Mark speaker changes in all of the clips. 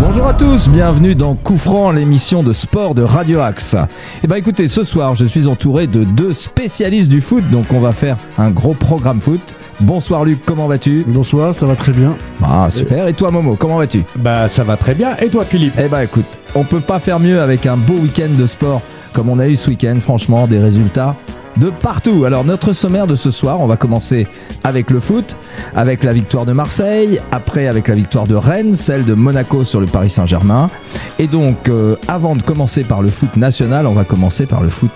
Speaker 1: Bonjour à tous, bienvenue dans Coup Franc, l'émission de sport de Radio Axe. Et bah écoutez, ce soir, je suis entouré de deux spécialistes du foot, donc on va faire un gros programme foot. Bonsoir Luc, comment vas-tu
Speaker 2: Bonsoir, ça va très bien.
Speaker 1: Ah super, et toi Momo, comment vas-tu
Speaker 3: Bah ça va très bien. Et toi Philippe
Speaker 1: Eh bah écoute, on peut pas faire mieux avec un beau week-end de sport comme on a eu ce week-end, franchement, des résultats de partout. Alors notre sommaire de ce soir, on va commencer avec le foot, avec la victoire de Marseille, après avec la victoire de Rennes, celle de Monaco sur le Paris Saint-Germain. Et donc euh, avant de commencer par le foot national, on va commencer par le foot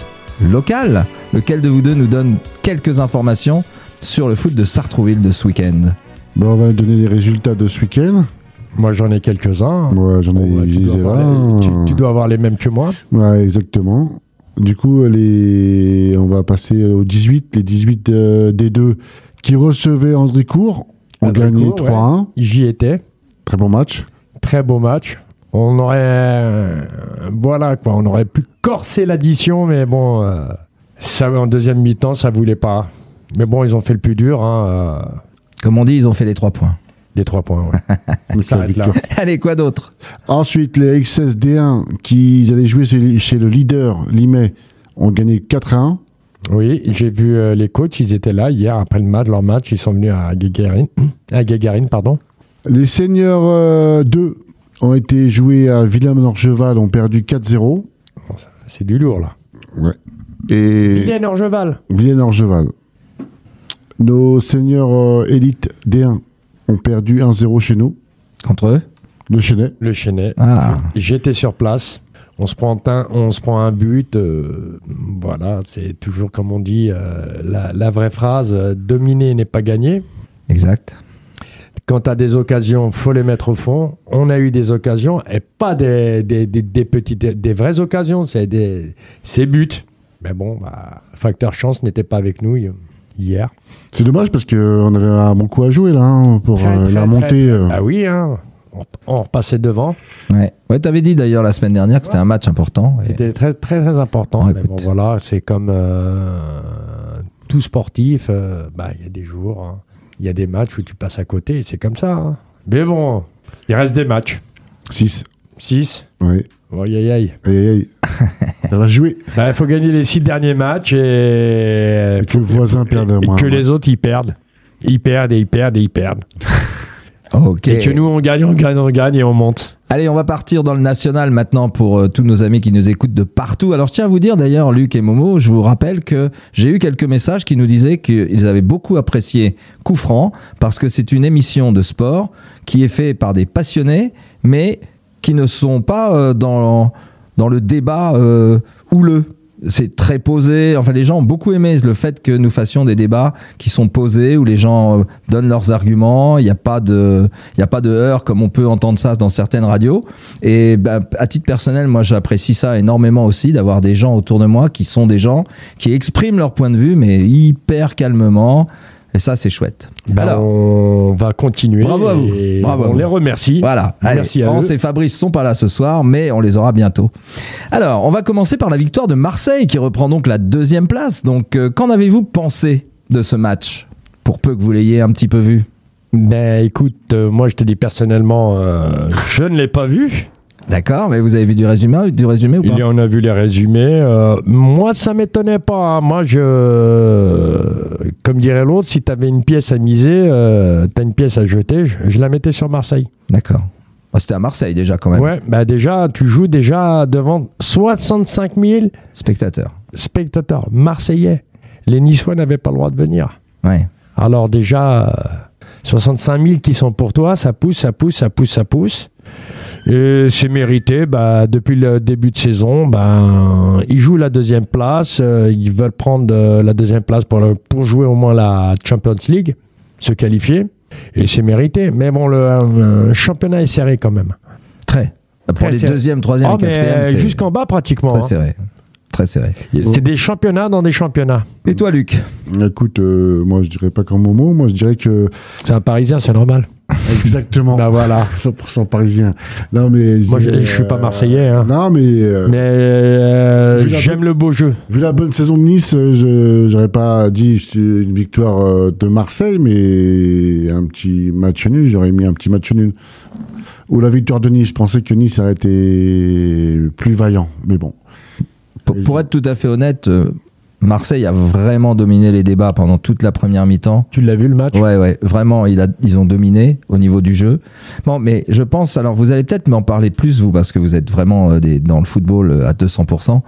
Speaker 1: local. Lequel de vous deux nous donne quelques informations sur le foot de Sartrouville de ce week-end
Speaker 2: Bon, on va donner les résultats de ce week-end.
Speaker 3: Moi j'en ai quelques-uns.
Speaker 2: Moi, j'en ai
Speaker 3: Bon, bah, tu, dois
Speaker 2: Gisela.
Speaker 3: avoir les- tu- tu dois avoir les mêmes que moi.
Speaker 2: Ouais, exactement. Du coup, les... on va passer aux 18, les 18 euh, des deux qui recevaient Andricourt. On
Speaker 3: Andricourt,
Speaker 2: gagné
Speaker 3: ouais.
Speaker 2: 3-1.
Speaker 3: J'y étais.
Speaker 2: Très bon match.
Speaker 3: Très beau match. On aurait, euh, voilà quoi, on aurait pu corser l'addition, mais bon, euh, ça en deuxième mi-temps ça voulait pas. Mais bon, ils ont fait le plus dur, hein, euh,
Speaker 1: Comme on dit, ils ont fait les trois points.
Speaker 3: les trois points. ouais.
Speaker 2: Donc, la
Speaker 3: s'arrête là.
Speaker 2: victoire.
Speaker 1: Allez, quoi d'autre
Speaker 2: Ensuite, les XSD1 qui ils allaient jouer chez chez le leader, Limay, ont gagné 4-1.
Speaker 3: Oui, j'ai vu euh, les coachs, ils étaient là hier après le match, leur match, ils sont venus à Gagarine, à Gagarine, pardon.
Speaker 2: Les seniors euh, 2 ont été joués à Villam-Orgeval, ont perdu 4-0.
Speaker 3: C'est du lourd là.
Speaker 2: Et...
Speaker 3: Guylaine Orgeval.
Speaker 2: Vienne-Orgeval. Nos seniors euh, élites D1 ont perdu 1-0 chez nous,
Speaker 1: Contre eux
Speaker 2: le Chenet.
Speaker 3: Le Chenet.
Speaker 1: Ah,
Speaker 3: J'étais sur place. On se prend un, on se prend un but. euh, voilà, c'est toujours comme on dit euh, la, la vraie phrase euh, dominer n'est pas gagner.
Speaker 1: exact.
Speaker 3: Quand tu as des occasions, faut les mettre au fond. On a eu des occasions et pas des, des, des- des petites, des, des vraies occasions. C'est des, c'est buts. Mais bon, bah, facteur chance n'était pas avec nous hi- hier.
Speaker 2: C'est dommage parce qu'on avait un bon coup à jouer là hein, pour
Speaker 3: Très,
Speaker 2: euh,
Speaker 3: très,
Speaker 2: la
Speaker 3: très,
Speaker 2: montée. euh.
Speaker 3: Ah oui, hein, on, on repassait devant.
Speaker 1: Ouais, ouais t'avais dit d'ailleurs la semaine dernière que c'était un match important. et-
Speaker 3: C'était très très très important.
Speaker 1: Ouais,
Speaker 3: mais bon,
Speaker 1: écoute.
Speaker 3: voilà, c'est comme euh, tout sportif. euh, bah, il y a des jours, hein, il y a des matchs où tu passes à côté. et C'est comme ça. hein. Mais bon, il reste des matchs.
Speaker 2: 6.
Speaker 3: 6
Speaker 2: Ouais.
Speaker 3: Aïe aïe aïe.
Speaker 2: Aïe, aïe, aïe. Ça va jouer.
Speaker 3: Il faut gagner les six derniers matchs et,
Speaker 2: Et que le voisin perde au
Speaker 3: et
Speaker 2: moins.
Speaker 3: que les autres ils perdent. Ils perdent et ils perdent et ils perdent.
Speaker 1: Ok.
Speaker 3: Et que nous on gagne, on gagne, on gagne et on monte.
Speaker 1: Allez, on va partir dans le national maintenant pour euh, tous nos amis qui nous écoutent de partout. Alors, je tiens à vous dire d'ailleurs, Luc et Momo, je vous rappelle que j'ai eu quelques messages qui nous disaient qu'ils avaient beaucoup apprécié Coup Franc parce que c'est une émission de sport qui est faite par des passionnés, mais qui ne sont pas euh, dans, dans le débat euh, houleux. C'est très posé. Enfin, les gens ont beaucoup aimé le fait que nous fassions des débats qui sont posés, où les gens euh, donnent leurs arguments. Il n'y a pas de, il n'y a pas de heurts comme on peut entendre ça dans certaines radios. Et bah, à titre personnel, moi, j'apprécie ça énormément aussi d'avoir des gens autour de moi qui sont des gens qui expriment leur point de vue, mais hyper calmement. Et ça, c'est chouette.
Speaker 3: Ben,
Speaker 1: Alors.
Speaker 3: on va continuer.
Speaker 1: Bravo à vous.
Speaker 3: et
Speaker 1: Bravo à
Speaker 3: on
Speaker 1: vous.
Speaker 3: les remercie.
Speaker 1: Voilà. Allez,
Speaker 3: Merci à
Speaker 1: Hans
Speaker 3: eux.
Speaker 1: et Fabrice sont pas là ce soir, mais on les aura bientôt. Alors, on va commencer par la victoire de Marseille qui reprend donc la deuxième place. Donc, euh, qu'en avez-vous pensé de ce match Pour peu que vous l'ayez un petit peu vu.
Speaker 3: Ben écoute, euh, moi je te dis personnellement, euh, je ne l'ai pas vu.
Speaker 1: D'accord, mais vous avez vu du résumé, du résumé ou pas
Speaker 3: Il y en a vu les résumés. euh, moi ça m'étonnait pas. hein. Moi je, comme dirait l'autre, si t'avais une pièce à miser, euh, t'as une pièce à jeter, je, je la mettais sur Marseille.
Speaker 1: D'accord. Bah, C'était à Marseille déjà quand
Speaker 3: Ouais.
Speaker 1: même.
Speaker 3: ben déjà tu joues déjà devant 65 000
Speaker 1: Spectateur.
Speaker 3: spectateurs marseillais. Les Niçois n'avaient pas le droit de venir.
Speaker 1: Ouais.
Speaker 3: Alors déjà, euh, 65 000 qui sont pour toi, ça pousse, ça pousse, ça pousse, ça pousse. Et c'est mérité. Bah, depuis le début de saison, ben, ils jouent la deuxième place. euh, ils veulent prendre euh, la deuxième place pour, le- pour jouer au moins la Champions League, se qualifier. Et c'est mérité. Mais bon, le, euh, le championnat est serré quand même.
Speaker 1: Très. Pour
Speaker 3: Très
Speaker 1: les
Speaker 3: serré.
Speaker 1: deuxième, troisième
Speaker 3: Ah,
Speaker 1: et
Speaker 3: mais
Speaker 1: quatrième,
Speaker 3: euh,
Speaker 1: c'est
Speaker 3: jusqu'en bas pratiquement.
Speaker 1: très
Speaker 3: hein.
Speaker 1: serré. Très serré.
Speaker 3: C'est des championnats dans des championnats.
Speaker 1: Et toi, Luc
Speaker 2: Écoute, euh, moi je dirais pas qu'en moment, moi je dirais que
Speaker 3: C'est un Parisien, c'est normal.
Speaker 2: Exactement.
Speaker 3: Bah voilà.
Speaker 2: 100% parisien. Non, mais.
Speaker 3: Moi, je,
Speaker 2: euh,
Speaker 3: je suis pas marseillais, hein.
Speaker 2: Non, mais. euh,
Speaker 3: Mais euh,
Speaker 2: Vu la
Speaker 3: j'aime le beau jeu.
Speaker 2: Vu la bonne saison de Nice, euh, je j'aurais pas dit c'est une victoire euh, de Marseille, mais un petit match nul, j'aurais mis un petit match nul. Ou la victoire de Nice, je pensais que Nice aurait été plus vaillant, mais bon.
Speaker 1: Pour, pour être tout à fait honnête, euh, Marseille a vraiment dominé les débats pendant toute la première mi-temps.
Speaker 3: Tu l'as vu le match
Speaker 1: Ouais, ouais, vraiment, il a- ils ont dominé au niveau du jeu. Bon, mais je pense, alors vous allez peut-être m'en parler plus, vous, parce que vous êtes vraiment euh, des- dans le football euh, à 200%.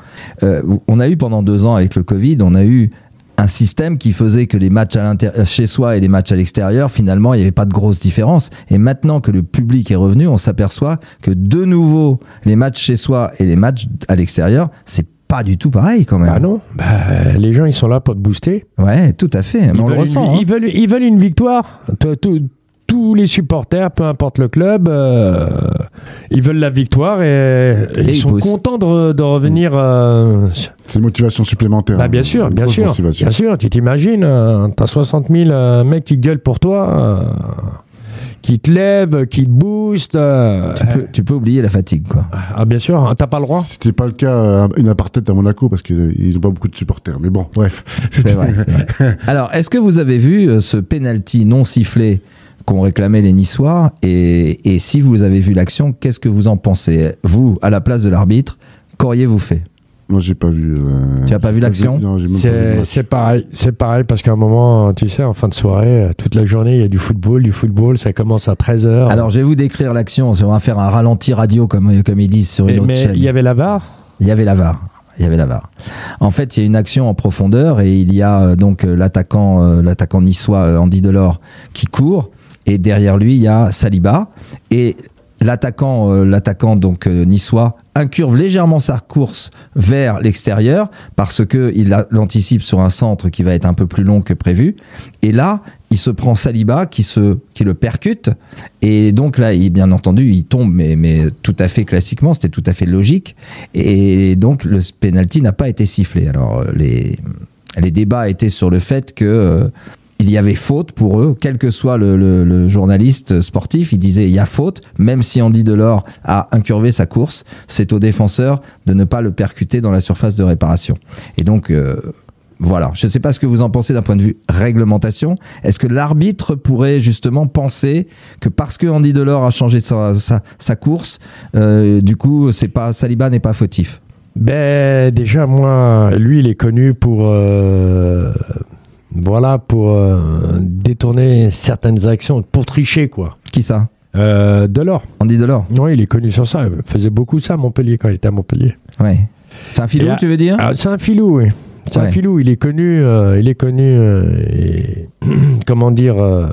Speaker 1: Euh, on a eu pendant deux ans avec le Covid, on a eu un système qui faisait que les matchs à l'inter- euh, chez soi et les matchs à l'extérieur, finalement, il n'y avait pas de grosse différence. Et maintenant que le public est revenu, on s'aperçoit que de nouveau, les matchs chez soi et les matchs à l'extérieur, c'est pas du tout pareil quand même.
Speaker 3: Bah non. Bah, les gens, ils sont là pour te booster.
Speaker 1: Ouais, tout à fait. Mais
Speaker 3: Ils
Speaker 1: on le
Speaker 3: veulent une-
Speaker 1: ressent. hein.
Speaker 3: Ils veulent, ils veulent une victoire. Tous- tous- Tous les supporters, peu importe le club, euh, ils veulent la victoire et, et
Speaker 1: Et
Speaker 3: ils
Speaker 1: ils
Speaker 3: sont
Speaker 1: poussent.
Speaker 3: contents de, re- de revenir. euh,
Speaker 2: C'est une motivation supplémentaire.
Speaker 3: bah, bien sûr,
Speaker 2: Une
Speaker 3: bien
Speaker 2: grosse
Speaker 3: sûr,
Speaker 2: motivation.
Speaker 3: bien sûr. Tu t'imagines, euh, t'as 60 000 euh, mecs qui gueulent pour toi, euh, qui te lèvent, qui te boostent. euh,
Speaker 1: Tu peux- tu peux oublier la fatigue, quoi.
Speaker 3: Ah bien sûr, hein, t'as pas le droit.
Speaker 2: C'était pas le cas, euh, une apartheid à Monaco, parce qu'ils n'ont pas beaucoup de supporters, mais bon, bref.
Speaker 1: C'est vrai, c'est vrai. Alors, est-ce que vous avez vu euh, ce penalty non sifflé qu'ont réclamé les Niçois et, et si vous avez vu l'action, qu'est-ce que vous en pensez Vous, à la place de l'arbitre, qu'auriez-vous fait
Speaker 2: Moi, j'ai pas vu. euh,
Speaker 1: Tu n'as pas vu l'action
Speaker 2: Non, j'ai même pas vu le
Speaker 3: C'est
Speaker 2: match.
Speaker 3: c'est pareil, c'est pareil parce qu'à un moment, tu sais, en fin de soirée, euh, toute la journée, il y a du football, du football, ça commence à 13h.
Speaker 1: Alors, je vais vous décrire l'action. On va faire un ralenti radio, comme, comme ils disent sur une
Speaker 3: mais
Speaker 1: autre
Speaker 3: mais
Speaker 1: chaîne.
Speaker 3: il y avait la VAR
Speaker 1: Il y avait la VAR. Il y avait la VAR. En fait, il y a une action en profondeur et il y a euh, donc euh, l'attaquant, euh, l'attaquant niçois euh, Andy Delors qui court et derrière lui il y a Saliba et l'attaquant, euh, l'attaquant donc euh, niçois incurve légèrement sa course vers l'extérieur parce que il a- l'anticipe sur un centre qui va être un peu plus long que prévu et là il se prend Saliba qui se qui le percute et donc là il bien entendu il tombe mais mais tout à fait classiquement c'était tout à fait logique et donc, le penalty n'a pas été sifflé. Alors, euh, les, les débats étaient sur le fait que. euh, il y avait faute pour eux, quel que soit le, le- le journaliste sportif, il disait il y a faute, même si Andy Delors a incurvé sa course, c'est au défenseur de ne pas le percuter dans la surface de réparation. Et donc euh, voilà, je ne sais pas ce que vous en pensez d'un point de vue réglementation. Est-ce que l'arbitre pourrait justement penser que parce que Andy Delors a changé sa, sa- sa course, euh, du coup, c'est pas Saliba n'est pas fautif.
Speaker 3: Ben déjà moi, lui il est connu pour euh, voilà pour euh, détourner certaines actions, pour tricher quoi.
Speaker 1: Qui ça
Speaker 3: Euh, Delors,
Speaker 1: Andy Delors.
Speaker 3: oui il est connu sur ça, il faisait beaucoup ça à Montpellier quand il était à Montpellier.
Speaker 1: Ouais. C'est un filou,
Speaker 3: Et à-
Speaker 1: tu veux dire
Speaker 3: Ah, c'est un filou, oui. C'est un
Speaker 1: Ouais.
Speaker 3: filou, il est connu, euh, il est connu, euh, et- comment dire, euh,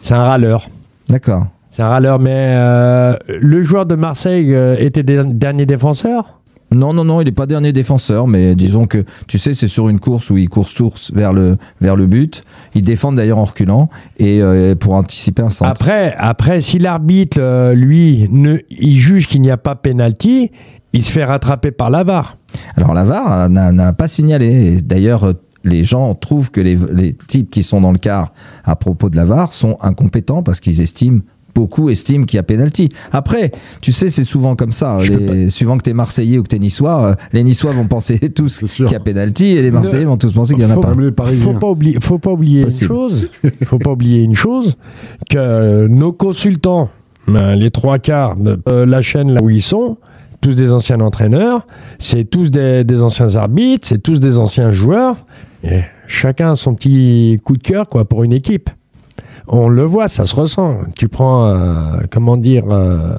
Speaker 3: c'est un râleur.
Speaker 1: D'accord.
Speaker 3: C'est un râleur, mais euh, le joueur de Marseille euh, était dé- dernier défenseur
Speaker 1: Non, non, non, il n'est pas dernier défenseur, mais disons que, tu sais, c'est sur une course où il court source vers le, vers le but. Il défend d'ailleurs en reculant et euh, pour anticiper un centre.
Speaker 3: Après, après, si l'arbitre, euh, lui, ne, il juge qu'il n'y a pas pénalty, il se fait rattraper par l'avare.
Speaker 1: Alors la VAR euh, n'a n'a pas signalé. Et D'ailleurs, euh, les gens trouvent que les, les types qui sont dans le quart à propos de la VAR sont incompétents parce qu'ils estiment beaucoup estiment qu'il y a pénalty. Après, tu sais, c'est souvent comme ça.
Speaker 3: Je peux
Speaker 1: Les, suivant que t'es Marseillais ou que t'es Niçois, euh, les Niçois vont penser tous
Speaker 2: C'est
Speaker 1: qu'il
Speaker 2: sûr.
Speaker 1: y a pénalty et les Marseillais vont tous penser qu'il n'y en a
Speaker 3: Faut-
Speaker 1: pas.
Speaker 2: Même les Parisiens.
Speaker 3: Faut pas oublier, faut pas oublier une
Speaker 1: Possible.
Speaker 3: chose. Faut pas oublier une chose que euh, nos consultants, ben, les trois quarts de euh, la chaîne là où ils sont, tous des anciens entraîneurs, c'est tous des, des anciens arbitres, c'est tous des anciens joueurs. Et chacun a son petit coup de cœur quoi pour une équipe. On le voit, ça se ressent. Tu prends, euh, comment dire, euh,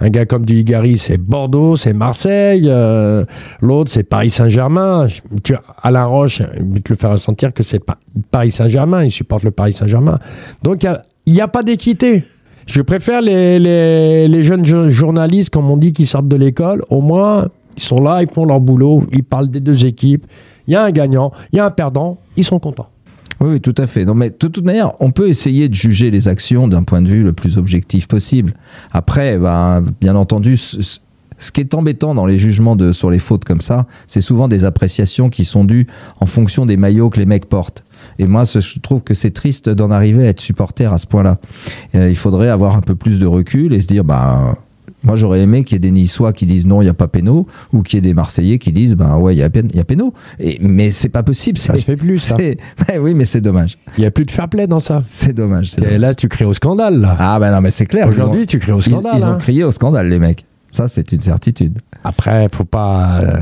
Speaker 3: un gars comme du Higari, c'est Bordeaux, c'est Marseille. euh, L'autre, c'est Paris Saint-Germain. Je- Tu, Alain Roche, il veut te le faire ressentir que c'est pas Paris Saint-Germain. Il supporte le Paris Saint-Germain. Donc, il y a- il n'y a, pas d'équité. Je préfère les, les- les jeunes jo- journalistes, comme on dit, qui sortent de l'école. Au moins, ils sont là, ils font leur boulot, ils parlent des deux équipes. Il y a un gagnant, il y a un perdant, ils sont contents.
Speaker 1: Oui, oui, tout à fait. Non, mais de toute manière, on peut essayer de juger les actions d'un point de vue le plus objectif possible. Après, ben, bien entendu, c- c- Ce qui est embêtant dans les jugements de, sur les fautes comme ça, c'est souvent des appréciations qui sont dues en fonction des maillots que les mecs portent. Et moi, ce- je trouve que c'est triste d'en arriver à être supporter à ce point-là. Euh, il faudrait avoir un peu plus de recul et se dire, bah, moi, j'aurais aimé qu'il y ait des Niçois qui disent non, il n'y a pas péno, ou qu'il y ait des Marseillais qui disent, bah ouais, il y a, pén- il y a péno. Et, mais c'est pas possible, ça.
Speaker 3: Ça se fait plus, ça.
Speaker 1: C'est- Ouais, oui, mais c'est dommage.
Speaker 3: Il n'y a plus de fair play dans ça.
Speaker 1: C'est dommage. c'est
Speaker 3: Et
Speaker 1: dommage.
Speaker 3: là, tu crées au scandale, là.
Speaker 1: Ah, bah non, mais c'est clair. ils ont-
Speaker 3: Aujourd'hui, tu crées au
Speaker 1: ils-
Speaker 3: scandale.
Speaker 1: ils ont
Speaker 3: hein.
Speaker 1: crié au scandale, les mecs. Ça, c'est une certitude.
Speaker 3: Après, faut pas. euh,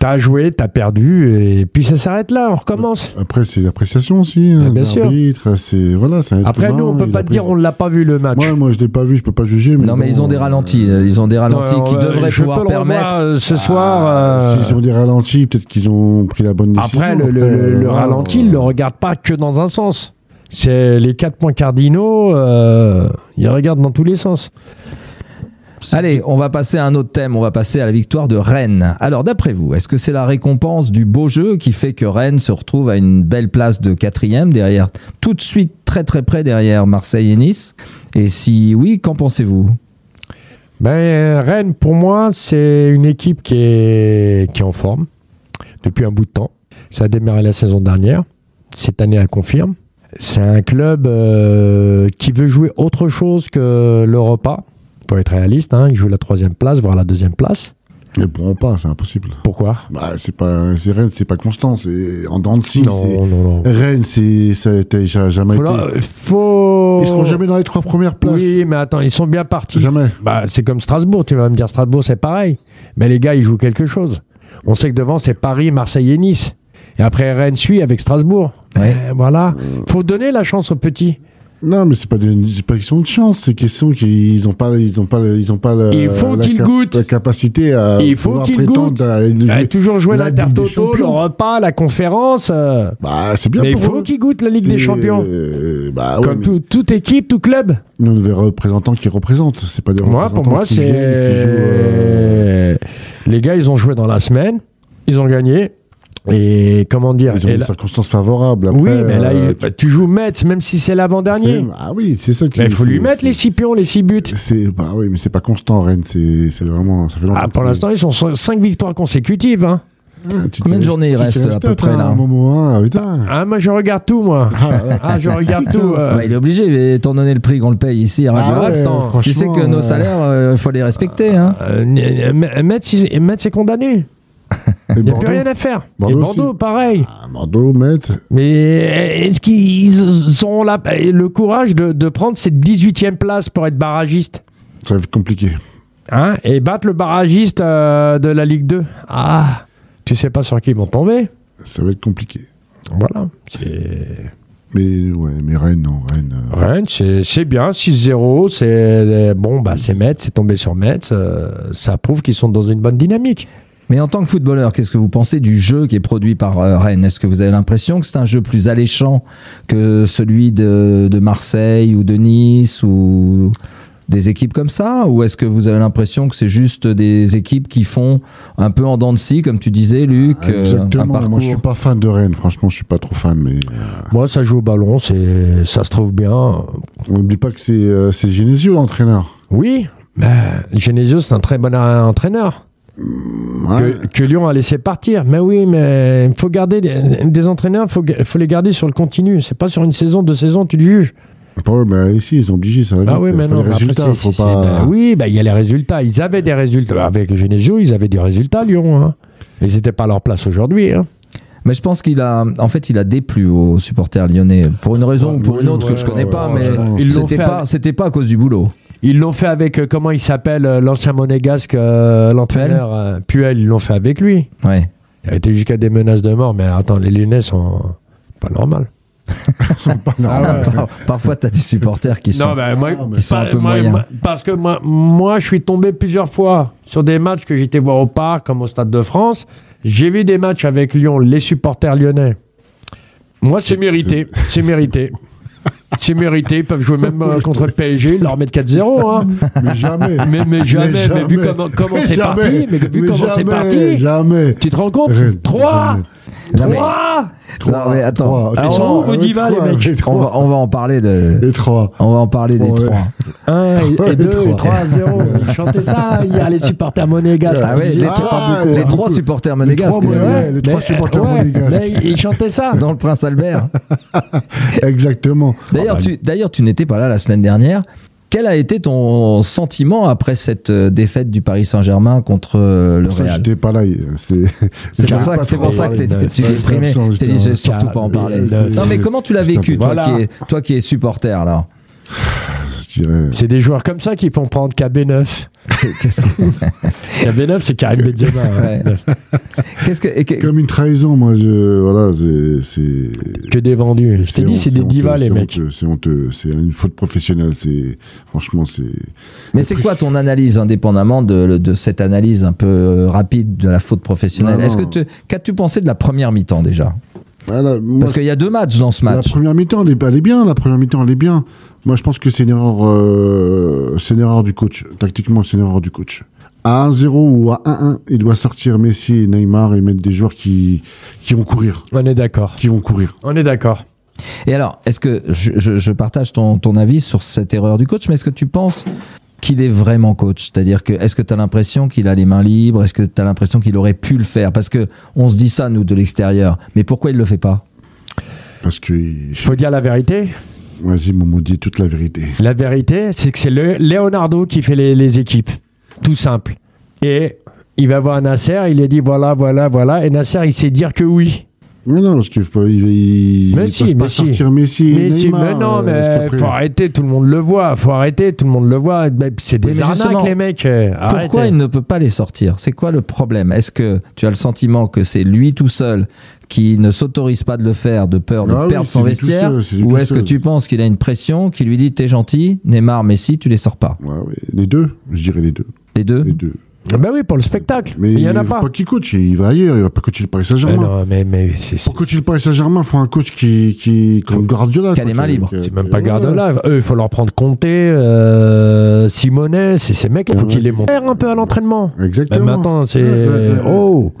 Speaker 3: T'as joué, t'as perdu, et puis ça s'arrête là, on recommence.
Speaker 2: Après, c'est l'appréciation aussi. hein,
Speaker 3: bien
Speaker 2: de
Speaker 3: sûr.
Speaker 2: l'arbitre, c'est voilà, c'est un être
Speaker 3: Après, nous, on
Speaker 2: humain,
Speaker 3: peut
Speaker 2: il
Speaker 3: pas te dire, on
Speaker 2: apprécie-
Speaker 3: l'a pas vu le match.
Speaker 2: Moi, moi, je l'ai pas vu, je peux pas juger. Mais
Speaker 1: Non, mais
Speaker 2: bon,
Speaker 1: ils ont des
Speaker 2: euh,
Speaker 1: ralentis. Ils ont des ralentis
Speaker 3: Ouais,
Speaker 1: qui
Speaker 3: ouais,
Speaker 1: devraient
Speaker 3: Euh, je peux
Speaker 1: pouvoir
Speaker 3: le revoir,
Speaker 1: permettre.
Speaker 3: euh, ce soir. euh,
Speaker 2: S'ils ont des ralentis, peut-être qu'ils ont pris la bonne décision.
Speaker 3: Après, le, le- le- le
Speaker 2: euh,
Speaker 3: ralenti, il ne le regarde pas que dans un sens. C'est les quatre points cardinaux, euh, il regarde dans tous les sens.
Speaker 1: Allez, on va passer à un autre thème, on va passer à la victoire de Rennes. Alors d'après vous, est-ce que c'est la récompense du beau jeu qui fait que Rennes se retrouve à une belle place de quatrième derrière, tout de suite très très près derrière Marseille et Nice Et si oui, qu'en pensez-vous
Speaker 3: Ben, euh, Rennes, pour moi, c'est une équipe qui est, qui est en forme depuis un bout de temps. Ça a démarré la saison dernière. Cette année, elle confirme. C'est un club euh, qui veut jouer autre chose que l'Europa. Pour être réaliste, hein, il joue la troisième place, voire la deuxième place.
Speaker 2: Ils ne pourront pas, c'est impossible.
Speaker 3: Pourquoi
Speaker 2: Bah, c'est pas, c'est Rennes, c'est pas constant, c'est en dents de scie, c'est-
Speaker 3: non, non.
Speaker 2: Rennes, c'est, ça a été- ça a jamais
Speaker 3: Faudra-
Speaker 2: été.
Speaker 3: faut...
Speaker 2: Ils seront jamais dans les trois premières places.
Speaker 3: Oh. Oui, mais attends, ils sont bien partis.
Speaker 2: Jamais.
Speaker 3: Bah, c'est comme Strasbourg, tu vas me dire Strasbourg, c'est pareil. Mais les gars, ils jouent quelque chose. On sait que devant, c'est Paris, Marseille et Nice. Et après, Rennes suit avec Strasbourg.
Speaker 1: Ouais.
Speaker 3: Eh, voilà.
Speaker 2: Mmh.
Speaker 3: Faut donner la chance aux petits.
Speaker 2: Non, mais c'est pas, des- c'est pas question de chance, c'est question qu'ils ont pas, ils ont pas, ils ont pas la,
Speaker 3: Il faut
Speaker 2: la
Speaker 3: qu'ils
Speaker 2: cap-
Speaker 3: goûtent.
Speaker 2: la capacité à
Speaker 3: Il faut
Speaker 2: pouvoir
Speaker 3: qu'ils
Speaker 2: prétendre
Speaker 3: goûtent.
Speaker 2: à une-
Speaker 3: Eh, toujours jouer
Speaker 2: la
Speaker 3: la
Speaker 2: Ligue des
Speaker 3: tarte auto, le
Speaker 2: Champions.
Speaker 3: repas, la conférence. euh.
Speaker 2: Bah, c'est bien
Speaker 3: Mais il
Speaker 2: pour
Speaker 3: faut
Speaker 2: eux.
Speaker 3: qu'ils goûtent la Ligue des
Speaker 2: C'est-
Speaker 3: Champions.
Speaker 2: euh, bah, ouais,
Speaker 3: Comme
Speaker 2: mais
Speaker 3: tout- toute équipe, tout club.
Speaker 2: nous, on est des représentants qui représentent, c'est pas des
Speaker 3: Moi,
Speaker 2: représentants
Speaker 3: pour moi,
Speaker 2: qui
Speaker 3: c'est.
Speaker 2: viennent, qui jouent, euh,
Speaker 3: Les gars, ils ont joué dans la semaine. Ils ont gagné. Et comment dire
Speaker 2: Ils ont
Speaker 3: et
Speaker 2: des
Speaker 3: là-
Speaker 2: circonstances favorables.
Speaker 3: Oui,
Speaker 2: après,
Speaker 3: mais là,
Speaker 2: euh,
Speaker 3: il- bah, tu joues Metz, même si c'est l'avant-dernier.
Speaker 2: c'est- Ah oui, c'est ça qui.
Speaker 3: Mais Il faut lui
Speaker 2: c'est-
Speaker 3: mettre les six pions, les six buts.
Speaker 2: C'est bah oui, mais c'est pas constant Rennes, c'est c'est vraiment ça fait longtemps.
Speaker 3: Ah, pour
Speaker 2: que
Speaker 3: l'instant, ils sont sur cinq victoires consécutives. hein.
Speaker 2: c'est- Ouais, tu
Speaker 1: Combien de
Speaker 2: t'es-
Speaker 1: journées il
Speaker 2: tu t'es
Speaker 1: reste, à peu
Speaker 2: resté,
Speaker 1: près,
Speaker 2: toi,
Speaker 1: là
Speaker 2: à un moment, hein, putain.
Speaker 3: Ah, moi, je regarde tout, moi. Ah, je regarde tout. euh. Ah
Speaker 1: Ouais, Il est obligé, étant donné le prix qu'on le paye ici à Radio
Speaker 3: ouais,
Speaker 1: Axe.
Speaker 3: attends,
Speaker 1: Tu sais que
Speaker 2: franchement,
Speaker 1: nos
Speaker 2: euh,
Speaker 1: salaires, il faut les respecter. hein.
Speaker 3: Euh, n- n- Metz, ils- Metz est condamné.
Speaker 2: et
Speaker 3: Il n'y a
Speaker 2: Bordeaux.
Speaker 3: plus rien à faire.
Speaker 2: Bordeaux
Speaker 3: et Bordeaux,
Speaker 2: aussi.
Speaker 3: pareil.
Speaker 2: Ah, Bordeaux, Metz.
Speaker 3: Mais eh, est-ce qu'ils ont la- eh, le courage de, de prendre cette 18e place pour être barragiste
Speaker 2: Ça va être compliqué.
Speaker 3: Hein, et battre le barragiste euh, de la Ligue 2. Ah, tu sais pas sur qui ils vont tomber.
Speaker 2: Ça va être compliqué.
Speaker 3: Voilà. C'est-
Speaker 2: Mais ouais, mais Rennes, non, Rennes. euh,
Speaker 3: Rennes, c'est c'est bien, 6-0. C'est bon, bah c'est Metz, c'est tombé sur Metz. euh, ça prouve qu'ils sont dans une bonne dynamique.
Speaker 1: Mais en tant que footballeur, qu'est-ce que vous pensez du jeu qui est produit par euh, Rennes Est-ce que vous avez l'impression que c'est un jeu plus alléchant que celui de, de Marseille ou de Nice ou des équipes comme ça Ou est-ce que vous avez l'impression que c'est juste des équipes qui font un peu en dents de scie, comme tu disais, Luc, euh, un
Speaker 2: Ah, Exactement.
Speaker 1: parcours
Speaker 2: Moi, je suis pas fan de Rennes. Franchement, je suis pas trop fan. Mais euh,
Speaker 3: Moi, ça joue au ballon, c'est ça se trouve bien.
Speaker 2: on n'oublie pas que c'est euh, c'est Genesio l'entraîneur.
Speaker 3: Oui, mais Genesio, c'est un très bon entraîneur
Speaker 2: Ouais.
Speaker 3: que, que Lyon a laissé partir. Mais oui, mais il faut garder des, des entraîneurs, il faut, ga- faut les garder sur le continu. C'est pas sur une saison, deux saisons, tu le juges.
Speaker 2: Pour eux, bah, ici, ils sont obligés. Ça va
Speaker 3: Bah
Speaker 2: vite.
Speaker 3: oui, mais
Speaker 2: Faut
Speaker 3: non,
Speaker 2: les
Speaker 3: mais après,
Speaker 2: résultats,
Speaker 3: c'est-
Speaker 2: faut
Speaker 3: c'est-
Speaker 2: pas.
Speaker 3: bah oui, bah il y a les résultats. Ils avaient des résultats. Bah, Avec Genesio, ils avaient des résultats, Lyon. hein. Ils n'étaient pas à leur place aujourd'hui. hein.
Speaker 1: Mais je pense qu'il a, en fait, il a déplu aux supporters lyonnais pour une raison
Speaker 2: Ouais,
Speaker 1: ou pour
Speaker 2: oui,
Speaker 1: une autre
Speaker 2: ouais,
Speaker 1: que je connais
Speaker 2: ouais,
Speaker 1: pas,
Speaker 2: ouais, ouais, ouais.
Speaker 1: mais
Speaker 3: Ils l'ont
Speaker 1: c'était
Speaker 3: fait
Speaker 1: pas,
Speaker 3: avec-
Speaker 1: c'était pas à cause du boulot.
Speaker 3: Ils l'ont fait avec, euh, comment il s'appelle, euh, l'ancien monégasque, euh, l'entraîneur euh, Puel. Ils l'ont fait avec lui.
Speaker 1: Ouais.
Speaker 3: Il a été jusqu'à des menaces de mort. Mais attends, les Lyonnais sont pas normales. Ah
Speaker 2: Ah
Speaker 1: Par- Parfois, t'as des supporters qui sont.
Speaker 3: Non, bah, moi,
Speaker 2: Non, mais
Speaker 1: ils sont un peu
Speaker 3: moi-
Speaker 1: moyens.
Speaker 3: moi- parce que moi, moi, je suis tombé plusieurs fois sur des matchs que j'étais voir au parc, comme au Stade de France. J'ai vu des matchs avec Lyon, les supporters lyonnais. Moi, c'est mérité. C'est mérité. C'est mérité. Ils peuvent jouer même euh, contre le PSG, ils leur mettre 4-0. hein.
Speaker 2: Mais jamais.
Speaker 3: Mais, mais jamais, mais vu comment, comment
Speaker 2: Mais
Speaker 3: c'est
Speaker 2: jamais.
Speaker 3: parti, mais vu
Speaker 2: Mais
Speaker 3: comment c'est
Speaker 2: jamais,
Speaker 3: parti,
Speaker 2: Jamais.
Speaker 3: tu te rends compte
Speaker 2: Rennes,
Speaker 3: 3
Speaker 2: jamais.
Speaker 1: Non, mais-
Speaker 3: Ouah
Speaker 1: non, mais attends.
Speaker 2: Trois.
Speaker 1: Alors,
Speaker 3: Ils
Speaker 2: Trois.
Speaker 1: on-
Speaker 3: sont où,
Speaker 2: Ah,
Speaker 3: Godiva,
Speaker 2: trois,
Speaker 3: les mecs
Speaker 2: les
Speaker 1: on,
Speaker 2: trois.
Speaker 1: va, on va en parler de.
Speaker 2: Les trois.
Speaker 1: On va en parler des
Speaker 2: Ouais.
Speaker 1: trois.
Speaker 3: 1
Speaker 2: Ouais,
Speaker 3: et 2
Speaker 2: trois.
Speaker 3: et 3 à 0. Ils chantaient ça. Il y a les supporters monégasques.
Speaker 1: Ah
Speaker 3: qui
Speaker 1: ouais,
Speaker 3: disaient-
Speaker 1: les,
Speaker 2: Ah,
Speaker 1: trois,
Speaker 2: beaucoup.
Speaker 1: les trois supporters
Speaker 2: Les trois,
Speaker 1: monégasques euh,
Speaker 2: ouais, Ah, ouais, les trois
Speaker 3: mais-
Speaker 2: supporters
Speaker 3: ouais,
Speaker 2: monégasques.
Speaker 3: mais ils chantaient ça.
Speaker 1: dans le Prince Albert.
Speaker 2: Ah, Exactement.
Speaker 1: D'ailleurs,
Speaker 3: bah,
Speaker 1: tu, d'ailleurs, tu n'étais pas là la semaine dernière. Quel a été ton sentiment après cette euh, défaite du Paris Saint-Germain contre euh, le
Speaker 2: Pour ça,
Speaker 1: Real
Speaker 2: j'étais pas là. C'est
Speaker 1: C'est
Speaker 3: Car-
Speaker 1: pour ça que,
Speaker 3: pas
Speaker 1: c'est
Speaker 3: trop,
Speaker 1: pour ça que
Speaker 3: ouais,
Speaker 1: t'es-
Speaker 3: neuf,
Speaker 1: tu t'es
Speaker 2: ouais,
Speaker 1: déprimé.
Speaker 2: neuf,
Speaker 1: Je t'ai dit,
Speaker 2: j'étais
Speaker 1: je
Speaker 2: en
Speaker 1: vais surtout
Speaker 3: car-
Speaker 1: pas en parler.
Speaker 3: mais neuf.
Speaker 1: Non, mais comment tu l'as
Speaker 2: Putain,
Speaker 1: vécu, toi,
Speaker 3: voilà.
Speaker 1: qui es, toi qui es supporter, là
Speaker 2: je dirais,
Speaker 3: C'est des joueurs comme ça qui font prendre KB9.
Speaker 1: Qu'est-ce
Speaker 3: KB9, c'est Karim Benzema. hein.
Speaker 1: Ouais. qu'est-ce que. et que-
Speaker 2: Comme une trahison, moi, je. Voilà, c'est- c'est.
Speaker 3: Que des vendus. Je t'ai dit, c'est des
Speaker 2: honteux,
Speaker 3: divas,
Speaker 2: c'est
Speaker 3: les mecs.
Speaker 2: honteux, C'est honteux. C'est une faute professionnelle. C'est. Franchement, c'est.
Speaker 1: mais c'est quoi ton analyse, indépendamment de, de cette analyse un peu euh, rapide de la faute professionnelle
Speaker 2: Non,
Speaker 1: Est-ce que
Speaker 2: non.
Speaker 1: tu- qu'as-tu pensé de la première mi-temps déjà
Speaker 2: Voilà, moi,
Speaker 1: Parce qu'il y a deux matchs dans ce
Speaker 2: La
Speaker 1: match.
Speaker 2: première mi-temps, elle, est- elle est bien. La première mi-temps, elle est bien. Moi, je pense que c'est une erreur, euh, c'est une erreur du coach. Tactiquement, c'est une erreur du coach. À 1-0 ou à 1-1, il doit sortir Messi et Neymar et mettre des joueurs qui, qui vont courir.
Speaker 3: On est d'accord.
Speaker 2: Qui vont courir.
Speaker 3: On est d'accord.
Speaker 1: Et alors, est-ce que je, je- je partage ton, ton avis sur cette erreur du coach, mais est-ce que tu penses qu'il est vraiment coach C'est-à-dire que est-ce que tu as l'impression qu'il a les mains libres Est-ce que tu as l'impression qu'il aurait pu le faire Parce que on se dit ça nous de l'extérieur, mais pourquoi il le fait pas
Speaker 2: Parce que,
Speaker 3: Faut dire la vérité.
Speaker 2: vas-y, Momo, dis toute la vérité.
Speaker 3: La vérité, c'est que c'est le- Leonardo qui fait les, les équipes. Tout simple. Et il va voir Nasser, il lui dit voilà, voilà, voilà. Et Nasser, il sait dire que oui.
Speaker 2: Mais non, parce qu'il faut, il, il-
Speaker 3: Mais
Speaker 2: ils
Speaker 3: si,
Speaker 2: peuvent
Speaker 3: mais
Speaker 2: pas
Speaker 3: si.
Speaker 2: sortir Messi et
Speaker 3: Mais, si-
Speaker 2: Neymar,
Speaker 3: mais non,
Speaker 2: euh,
Speaker 3: mais
Speaker 2: parce qu'après-
Speaker 3: faut arrêter, tout le monde le voit. Faut arrêter, tout le monde le voit. Ben, C'est
Speaker 1: Oui,
Speaker 3: des
Speaker 1: mais
Speaker 3: arnaques,
Speaker 1: justement,
Speaker 3: les mecs. euh,
Speaker 1: Pourquoi
Speaker 3: arrêtez.
Speaker 1: il ne peut pas les sortir C'est quoi le problème Est-ce que tu as le sentiment que c'est lui tout seul qui ne s'autorise pas de le faire de peur de
Speaker 2: Ah oui,
Speaker 1: perdre
Speaker 2: c'est
Speaker 1: son
Speaker 2: lui tout
Speaker 1: vestiaire
Speaker 2: seul, c'est lui
Speaker 1: Ou
Speaker 2: tout
Speaker 1: est-ce que
Speaker 2: seul.
Speaker 1: tu penses qu'il a une pression qui lui dit t'es gentil, Neymar, Messi, tu les sors pas
Speaker 2: Ouais, ouais, les deux, je dirais les deux.
Speaker 1: Les deux
Speaker 2: Les deux.
Speaker 3: Ben oui, pour le spectacle.
Speaker 2: Mais
Speaker 3: Mais il y en a
Speaker 2: faut
Speaker 3: pas.
Speaker 2: pas qu'il coach, il va ailleurs, il va pas coacher le Paris
Speaker 3: Mais
Speaker 2: Saint-Germain.
Speaker 3: non, mais, mais c'est- c'est-
Speaker 2: Pour coacher le Paris Saint-Germain, il faut un coach qui, qui comme Guardiola.
Speaker 1: Qui a
Speaker 2: quoi,
Speaker 1: les mains libres.
Speaker 3: C'est même pas
Speaker 2: euh, Ouais.
Speaker 3: Guardiola. Eux, il faut leur prendre Comté, euh, Simonet, c'est ces mecs, il faut
Speaker 2: Ouais.
Speaker 3: qu'ils les montrent un peu à l'entraînement. Mais
Speaker 2: Exactement.
Speaker 3: maintenant, c'est.
Speaker 2: Ouais, ouais, ouais.
Speaker 3: Oh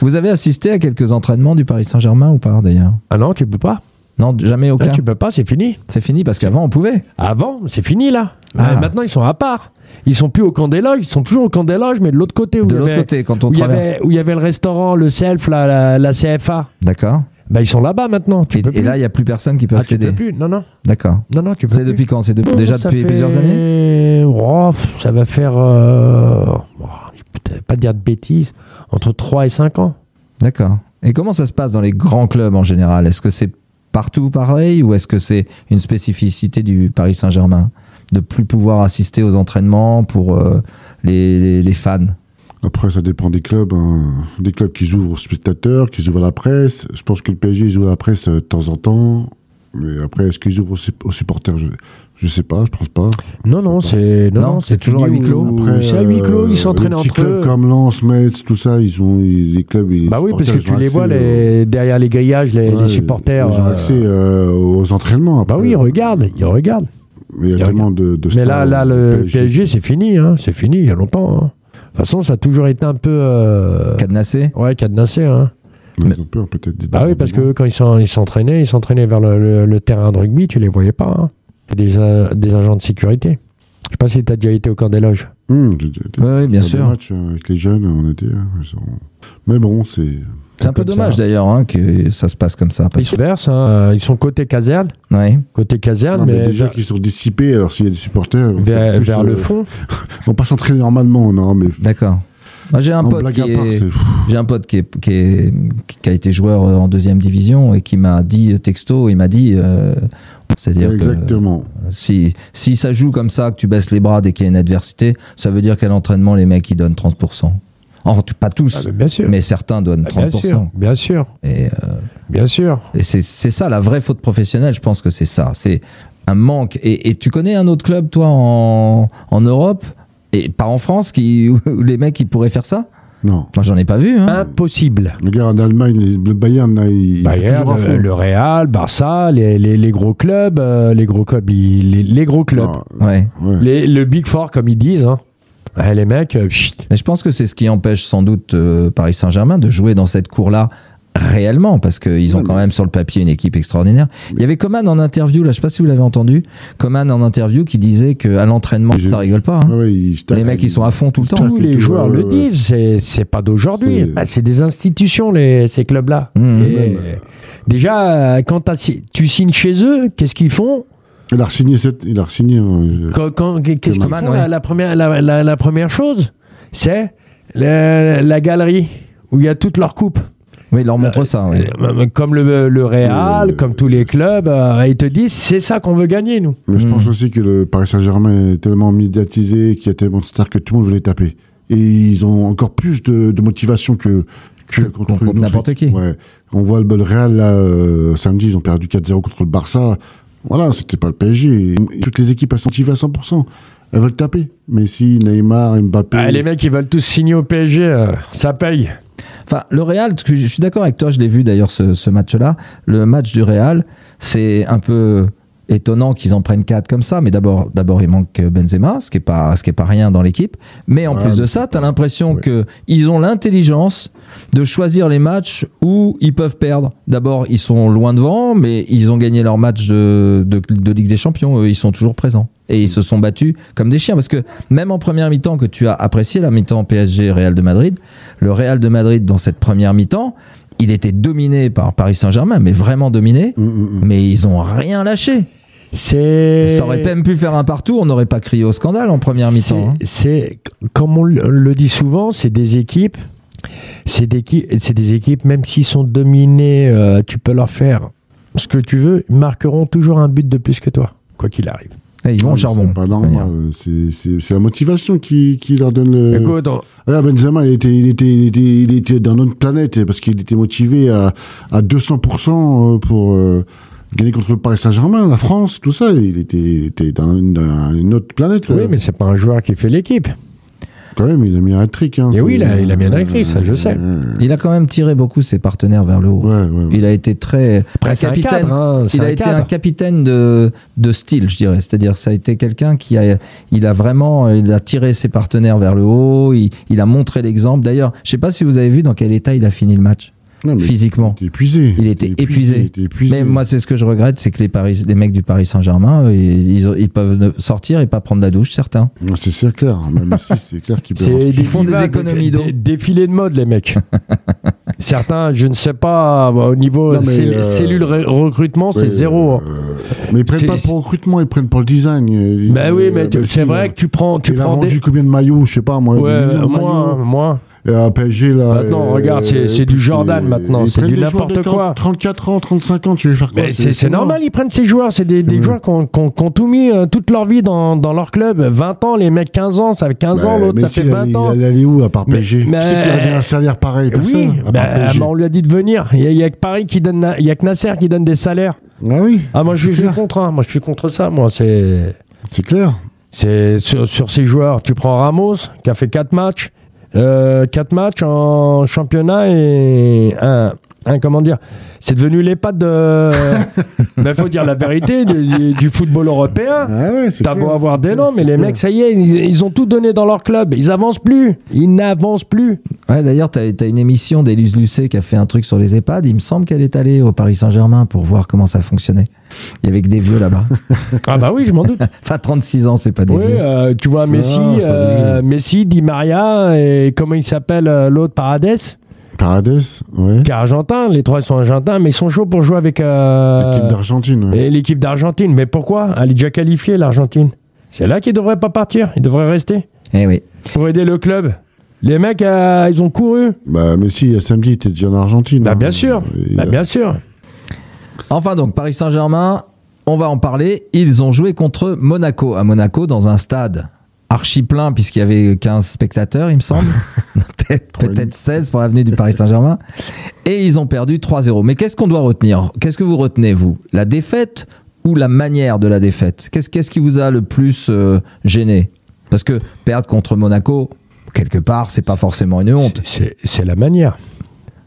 Speaker 1: Vous avez assisté à quelques entraînements du Paris Saint-Germain ou pas d'ailleurs
Speaker 3: Ah non, tu peux pas.
Speaker 1: Non, jamais
Speaker 3: Là,
Speaker 1: aucun.
Speaker 3: Ah, tu peux pas, c'est fini.
Speaker 1: C'est fini parce qu'avant on pouvait.
Speaker 3: Avant, c'est fini là.
Speaker 1: Ah.
Speaker 3: Mais maintenant, ils sont à part. Ils sont plus au camp des loges, ils sont toujours au camp des loges, mais de l'autre côté. Où
Speaker 1: De
Speaker 3: il y
Speaker 1: l'autre
Speaker 3: avait-
Speaker 1: côté, quand on
Speaker 3: Où il, y
Speaker 1: traverse.
Speaker 3: avait, où il y avait le restaurant, le self, la, la, la CFA.
Speaker 1: D'accord.
Speaker 3: Bah, ils sont là-bas maintenant. Tu
Speaker 1: Et,
Speaker 3: peux
Speaker 1: et
Speaker 3: plus.
Speaker 1: là, il n'y a plus personne qui peut
Speaker 3: Ah, tu
Speaker 1: accéder.
Speaker 3: peux plus. Ah, Non, non.
Speaker 1: D'accord.
Speaker 3: Non, non, tu peux
Speaker 1: C'est
Speaker 3: plus.
Speaker 1: depuis quand C'est de- déjà
Speaker 3: Oh, Ça
Speaker 1: depuis
Speaker 3: fait-
Speaker 1: plusieurs années
Speaker 3: Oh, pff, Ça va faire. euh, oh, je peux peut-être pas dire de bêtises. Entre 3 et 5 ans.
Speaker 1: D'accord. Et comment ça se passe dans les grands clubs en général Est-ce que c'est partout pareil ou est-ce que c'est une spécificité du Paris Saint-Germain de plus pouvoir assister aux entraînements pour euh, les, les- les fans
Speaker 2: Après, ça dépend des clubs. hein. Des clubs qui ouvrent aux spectateurs, qui ouvrent à la presse. Je pense que le PSG, ils ouvrent à la presse euh, de temps en temps. Mais après, est-ce qu'ils ouvrent aux, sup- aux supporters je, je sais pas, je pense pas.
Speaker 3: Non, non, c'est. Non,
Speaker 1: Non,
Speaker 3: non,
Speaker 1: c'est toujours
Speaker 3: fini
Speaker 1: à huis clos.
Speaker 3: où-
Speaker 2: Après,
Speaker 3: C'est à huis clos,
Speaker 2: euh,
Speaker 3: ils s'entraînent
Speaker 2: les petits
Speaker 3: entre eux.
Speaker 2: clubs comme Lens, Metz, tout ça, ils ont ils- les clubs. ils-
Speaker 3: Bah oui, parce
Speaker 2: supporters,
Speaker 3: que
Speaker 2: ils
Speaker 3: tu
Speaker 2: ont
Speaker 3: les vois
Speaker 2: accès,
Speaker 3: les, derrière les grillages, les,
Speaker 2: euh,
Speaker 3: les
Speaker 2: ouais,
Speaker 3: supporters.
Speaker 2: Ils ont
Speaker 3: euh,
Speaker 2: accès euh, aux entraînements.
Speaker 3: Bah
Speaker 2: après.
Speaker 3: oui, ils regardent, ils regardent.
Speaker 2: Mais Il y
Speaker 3: ils
Speaker 2: a tellement de, de
Speaker 3: Mais
Speaker 2: stars
Speaker 3: là, là,
Speaker 2: au
Speaker 3: le PSG, c'est fini, hein, c'est fini, il y a longtemps. hein. De toute façon, ça a toujours été un peu. euh,
Speaker 1: Cadenassé
Speaker 3: Ouais, cadenassé. Hein.
Speaker 2: Ils ont peur peut-être. des-
Speaker 3: Bah oui, parce que eux, quand ils s'en- ils s'entraînaient, ils s'entraînaient vers le, le- le terrain de rugby, tu les voyais pas. hein. C'est Des, euh, des agents de sécurité. Je sais pas si tu as déjà été au camp des loges.
Speaker 2: Hum, j'ai- j'ai-
Speaker 1: Oui, bien
Speaker 2: Sur des
Speaker 1: sûr.
Speaker 2: matchs, euh, avec les jeunes, on était. hein, ils sont- Mais bon, c'est.
Speaker 1: C'est un peu
Speaker 3: Comme ça.
Speaker 1: dommage d'ailleurs hein, que ça se passe comme ça.
Speaker 3: Ils
Speaker 1: Parce...
Speaker 3: sont verses, hein, euh, ils sont côté caserne,
Speaker 1: Ouais.
Speaker 3: côté caserne,
Speaker 2: Non, mais
Speaker 3: Ah, mais,
Speaker 2: déjà
Speaker 3: vers,
Speaker 2: qu'ils sont dissipés, alors s'il y a des supporters. on peut
Speaker 3: vers-
Speaker 2: plus,
Speaker 3: vers le
Speaker 2: euh,
Speaker 3: fond.
Speaker 2: On va pas s'entraîner normalement, non, mais.
Speaker 1: D'accord. Moi, J'ai un,
Speaker 2: en
Speaker 1: pote
Speaker 2: blague
Speaker 1: qui
Speaker 2: à part,
Speaker 1: est-
Speaker 2: c'est-
Speaker 1: j'ai un pote qui, est- qui, est- qui a été joueur euh, en deuxième division et qui m'a dit euh, texto, il m'a dit, euh, c'est-à-dire que
Speaker 2: Exactement.
Speaker 1: si, si ça joue comme ça, que tu baisses les bras dès qu'il y a une adversité, ça veut dire qu'à l'entraînement, les mecs, ils donnent 30%. En tout- pas tous,
Speaker 3: Ah, mais bien sûr.
Speaker 1: mais certains donnent
Speaker 3: Ah, bien
Speaker 1: 30%.
Speaker 3: sûr, bien sûr,
Speaker 1: Et, euh,
Speaker 3: bien sûr.
Speaker 1: et c'est c'est ça, la vraie faute professionnelle, je pense que c'est ça. C'est un manque. Et, et tu connais un autre club, toi, en, en Europe et pas en France, qui, où les mecs ils pourraient faire ça
Speaker 2: Non.
Speaker 1: Moi j'en ai pas vu. Hein.
Speaker 3: Impossible.
Speaker 2: Le gars en Allemagne, les- le Bayern, là, il. il joue
Speaker 3: Bayern, euh,
Speaker 2: toujours à fond.
Speaker 3: le, le Real, Barça, les, les- les gros clubs, euh, les gros clubs, les, les- les gros clubs,
Speaker 2: Non,
Speaker 1: Ouais.
Speaker 2: Ah, ouais.
Speaker 3: Les- le Big Four comme ils disent. hein. Ouais, les mecs, euh, pfft.
Speaker 1: Mais je pense que c'est ce qui empêche sans doute euh, Paris Saint-Germain de jouer dans cette cour-là réellement, parce qu'ils ont
Speaker 2: Ouais,
Speaker 1: quand
Speaker 2: mais-
Speaker 1: même sur le papier une équipe extraordinaire. Il y avait Coman en interview, là, je sais pas si vous l'avez entendu, Coman en interview qui disait qu'à l'entraînement,
Speaker 2: J'ai-
Speaker 1: ça rigole pas. hein.
Speaker 2: Ah Ouais, ouais, ils se
Speaker 1: Les
Speaker 2: tapent.
Speaker 1: mecs, ils sont à fond tout le temps.
Speaker 3: Tous
Speaker 2: que
Speaker 3: les
Speaker 2: tout-
Speaker 3: joueurs
Speaker 2: ouais,
Speaker 3: le
Speaker 2: ouais.
Speaker 3: disent, c'est- c'est pas d'aujourd'hui.
Speaker 2: C'est-
Speaker 3: Bah, c'est des institutions, les, ces clubs-là.
Speaker 1: Mmh.
Speaker 3: Et Déjà, euh, quand t'as si- tu signes chez eux, qu'est-ce qu'ils font
Speaker 2: Il a re-signé cette. Il a re-signé. euh,
Speaker 3: Quand- quand- Qu'est-ce qu'ils font
Speaker 1: Coman, ouais.
Speaker 3: la, la première, la, la- la première chose, c'est la, la galerie où il y a toutes leurs coupes.
Speaker 1: Oui, il leur montre ça. ouais.
Speaker 3: Euh, Comme le, le Real,
Speaker 2: Le-
Speaker 3: comme tous les clubs, euh, ils te disent c'est ça qu'on veut gagner, nous.
Speaker 2: Mais je
Speaker 1: Hmm.
Speaker 2: pense aussi que le Paris Saint-Germain est tellement médiatisé, qu'il y a tellement de stars que tout le monde veut les taper. Et ils ont encore plus de, de motivation que, que contre,
Speaker 1: contre
Speaker 2: une autre
Speaker 1: n'importe
Speaker 2: équipe.
Speaker 1: qui.
Speaker 2: Ouais. On voit le, le Real, là, euh, samedi, ils ont perdu 4-0 contre le Barça. Voilà, c'était pas le PSG. Et toutes les équipes, elles sont motivées à 100%. Elles veulent taper. Messi, Neymar, Mbappé.
Speaker 3: Ah, les mecs, ils veulent tous signer au PSG, euh, ça paye.
Speaker 1: Enfin, le Real, parce que je je suis d'accord avec toi, je l'ai vu d'ailleurs ce, ce match-là. Le match du Real, c'est un peu étonnant qu'ils en prennent quatre comme ça, mais d'abord, d'abord il manque Benzema, ce qui est pas, ce qui est pas rien dans l'équipe. Mais en
Speaker 2: Ouais,
Speaker 1: plus de
Speaker 2: mais
Speaker 1: ça,
Speaker 2: c'est
Speaker 1: t'as
Speaker 2: pas-
Speaker 1: l'impression
Speaker 2: ouais.
Speaker 1: que ils ont l'intelligence de choisir les matchs où ils peuvent perdre. D'abord, ils sont loin devant, mais ils ont gagné leur match de, de, de Ligue des Champions. Eux, ils sont toujours présents. Et ils se sont battus comme des chiens. Parce que même en première mi-temps que tu as apprécié, la mi-temps PSG Real de Madrid, le Real de Madrid dans cette première mi-temps, il était dominé par Paris Saint-Germain, mais vraiment dominé.
Speaker 2: Hum, hum, hum.
Speaker 1: Mais ils ont rien lâché.
Speaker 3: C'est.
Speaker 1: Ça aurait même pu faire un partout, on n'aurait pas crié au scandale en première mi-temps. hein.
Speaker 3: C'est- C'est, comme on le le dit souvent, c'est des équipes. C'est des, qui- c'est des équipes, même s'ils sont dominés, euh, tu peux leur faire ce que tu veux, ils marqueront toujours un but de plus que toi, quoi qu'il arrive.
Speaker 1: Eh, Ils vont
Speaker 2: Ah,
Speaker 1: au
Speaker 2: mais
Speaker 1: charbon.
Speaker 2: C'est pas normal. C'est- C'est c'est la motivation qui, qui leur donne
Speaker 1: Euh,
Speaker 2: le.
Speaker 3: Écoute, on-
Speaker 2: Ah, Benzema, il était, il était, il était, il était dans notre planète parce qu'il était motivé à, à 200% pour euh, gagner contre le Paris Saint-Germain, la France, tout ça. Il était, il était dans, une, dans une autre planète.
Speaker 1: euh,
Speaker 3: oui,
Speaker 2: là.
Speaker 3: mais c'est pas un joueur qui fait l'équipe.
Speaker 2: quand même, il a mis un trick. Hein,
Speaker 3: Mais Eh oui,
Speaker 2: c'est-
Speaker 3: il a- il a mis un hat-trick, ça, je sais.
Speaker 1: Il a quand même tiré beaucoup ses partenaires vers le haut.
Speaker 2: Ouais, ouais, ouais.
Speaker 1: Il a été très
Speaker 3: Après, c'est un cadre, hein, c'est
Speaker 1: il a
Speaker 3: un
Speaker 1: été un
Speaker 3: cadre.
Speaker 1: capitaine de, de style, je dirais. C'est-à-dire, ça a été quelqu'un qui a, il a vraiment, il a tiré ses partenaires vers le haut. Il, il a montré l'exemple. D'ailleurs, je sais pas si vous avez vu dans quel état il a fini le match
Speaker 2: Non, mais
Speaker 1: physiquement.
Speaker 2: il était épuisé.
Speaker 1: Il était épuisé.
Speaker 2: Il était épuisé.
Speaker 1: Mais moi, c'est ce que je regrette, c'est que les, Paris, les mecs du Paris Saint-Germain, euh, ils, ils ont- ils peuvent ne- sortir et pas prendre la douche, certains.
Speaker 2: Non, c'est- c'est clair. Même si c'est clair qu'il peut.
Speaker 3: C'est
Speaker 2: avoir-
Speaker 3: des
Speaker 1: font des
Speaker 3: divas,
Speaker 1: économies
Speaker 3: des-
Speaker 1: d'eau.
Speaker 3: des- Défilés de mode, les mecs. Certains, je ne sais pas, bah, au niveau
Speaker 2: Non, mais,
Speaker 3: cellu-
Speaker 2: euh,
Speaker 3: cellule re- recrutement,
Speaker 2: Ouais,
Speaker 3: c'est zéro. hein.
Speaker 2: euh, mais ils prennent
Speaker 3: C'est-
Speaker 2: pas pour le recrutement, ils prennent pour le design. Ils-
Speaker 3: Ben oui, mais
Speaker 2: euh,
Speaker 3: tu-
Speaker 2: bah,
Speaker 3: c'est
Speaker 2: si,
Speaker 3: vrai
Speaker 2: euh,
Speaker 3: que tu prends, tu
Speaker 2: il a
Speaker 3: prends
Speaker 2: vendu
Speaker 3: des.
Speaker 2: combien de maillots Je sais pas, moi.
Speaker 3: Ouais, euh,
Speaker 2: des millions de
Speaker 3: moins,
Speaker 2: maillots.
Speaker 3: moins.
Speaker 2: Et à PSG, là.
Speaker 3: Maintenant,
Speaker 2: euh,
Speaker 3: regarde, c'est- c'est du Jordan,
Speaker 2: euh,
Speaker 3: maintenant,
Speaker 2: ils
Speaker 3: c'est
Speaker 2: prennent des
Speaker 3: du
Speaker 2: joueurs
Speaker 3: n'importe
Speaker 2: de 40,
Speaker 3: quoi.
Speaker 2: 34 ans, 35 ans, tu veux faire quoi
Speaker 3: Mais c'est c'est normal, ils prennent ces joueurs. C'est des, des
Speaker 2: Ouais.
Speaker 3: joueurs qui ont, qui ont- qui ont tout mis euh, toute leur vie dans, dans leur club. 20 ans, les mecs 15 ans, ça fait 15 ans,
Speaker 2: Bah,
Speaker 3: l'autre, ça
Speaker 2: Messi,
Speaker 3: fait
Speaker 2: il
Speaker 3: 20
Speaker 2: allait-
Speaker 3: ans.
Speaker 2: Il allait où, à part
Speaker 3: Mais-
Speaker 2: PSG
Speaker 3: mais-
Speaker 2: Tu sais qu'il avait un salaire pareil, personne,
Speaker 3: Oui,
Speaker 2: à part
Speaker 3: bah,
Speaker 2: PSG.
Speaker 3: bah, on lui a dit de venir. Il y a, il y a que Paris qui donne, la- il y a que Nasser qui donne des salaires.
Speaker 2: Ah oui,
Speaker 3: Ah moi je,
Speaker 2: C'est
Speaker 3: je suis
Speaker 2: clair.
Speaker 3: contre, hein. moi je suis contre ça. Moi c'est,
Speaker 2: c'est clair.
Speaker 3: c'est sur, sur ces joueurs. Tu prends Ramos qui a fait 4 matchs, euh, 4 matchs en championnat et un, un comment dire, c'est devenu les pattes de. Mais faut dire la vérité du- du- du football européen.
Speaker 2: Ah ouais, c'est
Speaker 3: T'as
Speaker 2: clair.
Speaker 3: beau avoir des
Speaker 2: C'est
Speaker 3: noms, mais les
Speaker 2: clair.
Speaker 3: mecs, ça y est, ils, ils ont tout donné dans leur club. Ils avancent plus. Ils n'avancent plus.
Speaker 1: Ouais, d'ailleurs, tu as, une émission d'Élise Lucet qui a fait un truc sur les EHPAD. Il me semble qu'elle est allée au Paris Saint-Germain pour voir comment ça fonctionnait. Il y avait que des vieux là-bas.
Speaker 3: Ah bah oui, je m'en doute.
Speaker 1: enfin, 36 ans, c'est pas des
Speaker 3: oui,
Speaker 1: vieux.
Speaker 3: euh, tu vois Messi,
Speaker 2: Non, c'est pas
Speaker 3: euh, Messi, Di Maria et comment il s'appelle euh, l'autre Paradès,
Speaker 2: Paredes, ouais.
Speaker 3: qui est argentin. Les trois sont argentins, mais ils sont chauds pour jouer avec euh,
Speaker 2: L'équipe d'Argentine. ouais.
Speaker 3: et l'équipe d'Argentine. Mais pourquoi Elle est déjà qualifiée l'Argentine. C'est là qu'ils devraient pas partir. Ils devraient rester
Speaker 1: Eh oui.
Speaker 3: pour aider le club. Les mecs, euh, ils ont couru.
Speaker 2: Bah, Messi, samedi, il était déjà en Argentine.
Speaker 3: Bah
Speaker 2: hein.
Speaker 3: bien sûr,
Speaker 2: Il
Speaker 3: Bah,
Speaker 2: a-
Speaker 3: bien sûr.
Speaker 1: Enfin donc, Paris Saint-Germain, on va en parler. Ils ont joué contre Monaco, à Monaco, dans un stade archi plein, puisqu'il y avait 15 spectateurs, il me semble. peut-être
Speaker 2: Trois et demi.
Speaker 1: peut-être 16 pour l'avenue du Paris Saint-Germain. Et ils ont perdu 3-0. Mais qu'est-ce qu'on doit retenir Qu'est-ce que vous retenez, vous La défaite ou la manière de la défaite Qu'est-ce qu'est-ce qui vous a le plus euh, gêné Parce que perdre contre Monaco, quelque part, c'est pas forcément une honte.
Speaker 3: C'est- C'est c'est la manière.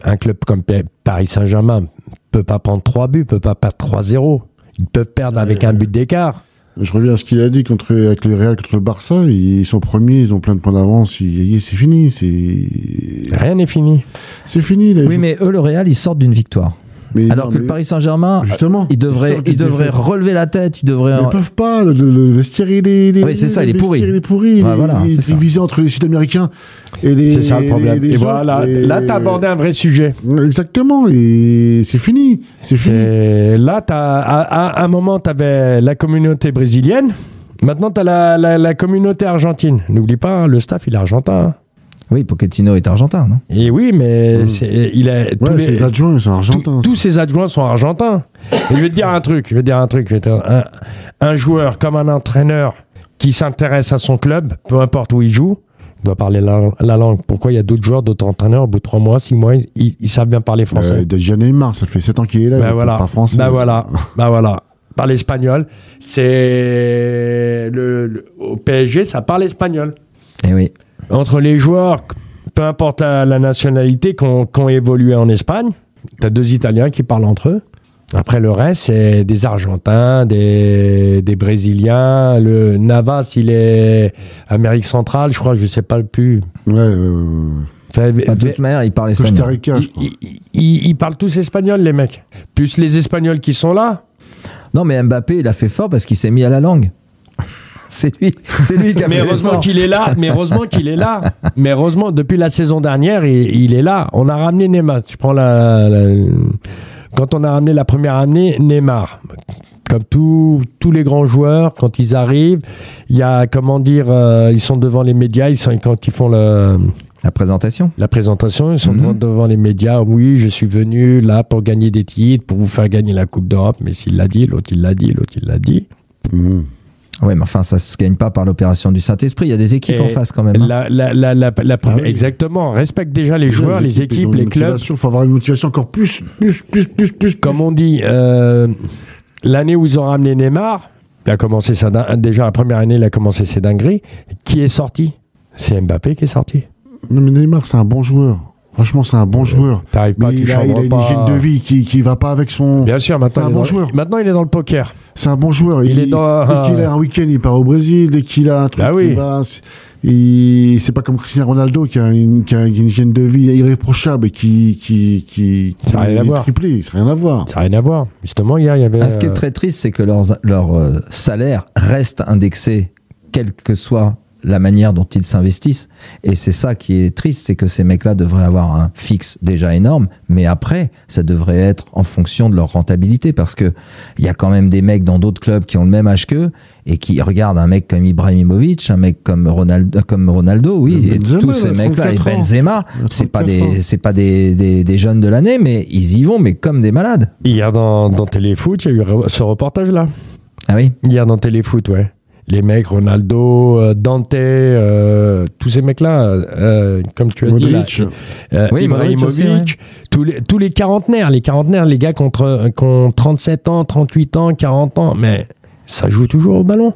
Speaker 3: Un club comme P- Paris Saint-Germain peut pas prendre 3 buts, peut pas perdre 3-0. Ils peuvent perdre avec un but d'écart.
Speaker 2: Je reviens à ce qu'il a dit contre, avec le Real contre le Barça. Ils sont premiers, ils ont plein de points d'avance. ils- C'est fini. C'est
Speaker 3: Rien n'est fini.
Speaker 2: c'est fini. là, ils
Speaker 1: Oui,
Speaker 2: jouent-
Speaker 1: mais eux, le Real, ils sortent d'une victoire.
Speaker 2: mais
Speaker 1: Alors
Speaker 2: non,
Speaker 1: que
Speaker 2: mais
Speaker 1: le Paris Saint-Germain,
Speaker 2: Justement.
Speaker 1: il devrait,
Speaker 2: sortent
Speaker 1: il
Speaker 2: d'une
Speaker 1: devrait
Speaker 2: défaite.
Speaker 1: relever la tête, il devrait.
Speaker 2: Ils ne peuvent pas. Le, le- le vestiaire, il est, il
Speaker 1: Oui, c'est ça,
Speaker 2: le
Speaker 1: il est pourri.
Speaker 2: vestiaire, Il est pourri. il
Speaker 1: Ouais,
Speaker 2: est-
Speaker 1: voilà,
Speaker 2: il est
Speaker 1: c'est ça.
Speaker 2: divisé entre les Sud-Américains et les.
Speaker 3: C'est ça le
Speaker 2: les-
Speaker 3: problème.
Speaker 2: les
Speaker 3: et
Speaker 2: autres,
Speaker 3: voilà,
Speaker 2: et-
Speaker 3: là, t'as abordé un vrai sujet.
Speaker 2: Exactement. Et c'est fini. C'est fini.
Speaker 3: Et Euh, là, t'as, à, à- à un moment, tu avais la communauté brésilienne. Maintenant, tu as la, la- la communauté argentine. N'oublie pas, hein, le staff, il est argentin. hein.
Speaker 1: Oui, Pochettino est argentin, non
Speaker 3: Et oui, mais
Speaker 2: Mm.
Speaker 3: c'est- il a, tous,
Speaker 2: Ouais,
Speaker 3: les-
Speaker 2: ses adjoints, ils sont
Speaker 3: tous-
Speaker 2: argentins.
Speaker 3: tous ses adjoints sont argentins. Et je vais te dire un truc. Je vais te dire un truc. je vais te dire un, un joueur comme un entraîneur qui s'intéresse à son club, peu importe où il joue, doit parler la, la langue. Pourquoi il y a d'autres joueurs, d'autres entraîneurs, au bout de trois mois, six mois, ils, ils- ils savent bien parler français.
Speaker 2: Euh, déjà Neymar, ça fait 7 ans qu'il est là. il
Speaker 3: Ben
Speaker 2: parle
Speaker 3: voilà.
Speaker 2: Pas français.
Speaker 3: Ben voilà. Ben voilà. Parle espagnol. C'est le, le- au PSG, ça parle espagnol.
Speaker 1: Eh oui.
Speaker 3: Entre les joueurs, peu importe la, la nationalité, qui ont qui ont évolué en Espagne, t'as deux Italiens qui parlent entre eux. Après le reste, c'est des Argentins, des, des Brésiliens. Le Navas, il est Amérique centrale, je crois, je sais pas plus.
Speaker 2: Ouais, ouais, ouais, ouais.
Speaker 3: Enfin,
Speaker 1: Pas de toute manière, il parle
Speaker 2: Costa
Speaker 1: espagnol.
Speaker 2: Rica, je crois.
Speaker 3: ils, ils- ils- ils parlent tous espagnol, les mecs. Plus les Espagnols qui sont là,
Speaker 1: Non, mais Mbappé, il a fait fort parce qu'il s'est mis à la langue. c'est lui, c'est lui qui a
Speaker 3: Mais
Speaker 1: fait
Speaker 3: heureusement
Speaker 1: l'effort.
Speaker 3: qu'il est là, mais heureusement qu'il est là. Mais heureusement, depuis la saison dernière, il, il est là. On a ramené Neymar. Tu prends la, la- quand on a ramené la première année, Neymar. Comme tous tous les grands joueurs, quand ils arrivent, il y a comment dire, euh, ils sont devant les médias, ils sont quand ils font le,
Speaker 1: La présentation.
Speaker 3: la présentation, ils sont
Speaker 1: Mhm.
Speaker 3: devant, devant les médias. Oui, je suis venu là pour gagner des titres, pour vous faire gagner la Coupe d'Europe. Mais s'il l'a dit, l'autre il l'a dit, l'autre il l'a dit.
Speaker 2: Mhm.
Speaker 1: Oui, mais enfin, ça se gagne pas par l'opération du Saint-Esprit. Il y a des équipes
Speaker 3: Et
Speaker 1: en face quand même. hein.
Speaker 3: La, la, la, la, la première-
Speaker 2: Ah oui.
Speaker 3: Exactement. Respecte déjà les joueurs, les
Speaker 2: ils ont
Speaker 3: équipes,
Speaker 2: une
Speaker 3: les clubs.
Speaker 2: motivation, faut avoir une motivation encore plus, plus, plus, plus, plus.
Speaker 3: Comme on dit, euh, l'année où ils ont ramené Neymar, il a commencé sa din- déjà la première année, il a commencé ses dingueries. Qui est sorti C'est Mbappé qui est sorti.
Speaker 2: plus. Non, mais Neymar, c'est un bon joueur. Franchement, c'est un bon joueur.
Speaker 3: T'arrives pas,
Speaker 2: Mais
Speaker 3: tu
Speaker 2: il a, il
Speaker 3: chambres
Speaker 2: a une
Speaker 3: pas.
Speaker 2: hygiène de vie qui, qui va pas avec son.
Speaker 3: Bien sûr,
Speaker 2: C'est
Speaker 3: maintenant
Speaker 2: un
Speaker 3: il, est
Speaker 2: bon
Speaker 3: dans-
Speaker 2: joueur.
Speaker 3: maintenant il est dans le poker.
Speaker 2: C'est un bon joueur.
Speaker 3: Il est dans-
Speaker 2: Dès qu'il a un week-end, il part au Brésil. Dès qu'il a un truc,
Speaker 3: Bah oui.
Speaker 2: il va. c'est- il- C'est pas comme Cristiano Ronaldo qui a une, qui a une hygiène de vie irréprochable et qui qui qui, qui
Speaker 3: Ça a rien à
Speaker 2: est
Speaker 3: voir.
Speaker 2: triplé. C'est rien à voir.
Speaker 3: Ça n'a rien à voir. Justement, hier, il y
Speaker 2: Euh,
Speaker 3: avait. euh,
Speaker 1: Ah, ce qui est très triste, c'est que leurs- leur, euh, salaire reste indexé, quelle que soit la manière dont ils s'investissent. Et c'est ça qui est triste, c'est que ces mecs-là devraient avoir un fixe déjà énorme, mais après, ça devrait être en fonction de leur rentabilité, parce que il y a quand même des mecs dans d'autres clubs qui ont le même âge qu'eux, et qui regardent un mec comme Ibrahimovic, un mec comme Ronaldo, comme Ronaldo oui,
Speaker 2: Le
Speaker 1: et
Speaker 2: Benzema,
Speaker 1: tous
Speaker 2: il a
Speaker 1: ces mecs-là, et
Speaker 2: 34 ans.
Speaker 1: Benzema,
Speaker 2: Il a
Speaker 1: c'est pas
Speaker 2: 34
Speaker 1: des,
Speaker 2: ans.
Speaker 1: c'est pas des, des, des jeunes de l'année, mais ils y vont, mais comme des malades.
Speaker 3: Hier dans, dans Téléfoot, il y a eu re- ce reportage-là.
Speaker 1: Ah oui.
Speaker 3: Hier dans Téléfoot, ouais. Les mecs, Ronaldo, euh, Dante, euh, tous ces mecs-là, euh, comme tu as
Speaker 2: Modric,
Speaker 3: dit, là, euh,
Speaker 1: Oui, Modric aussi,
Speaker 3: Ibrahimovic, tous, les, tous les quarantenaires, les quarantenaires, les gars qui ont, tre- qui ont 37 ans, 38 ans, 40 ans, mais ça joue toujours au ballon.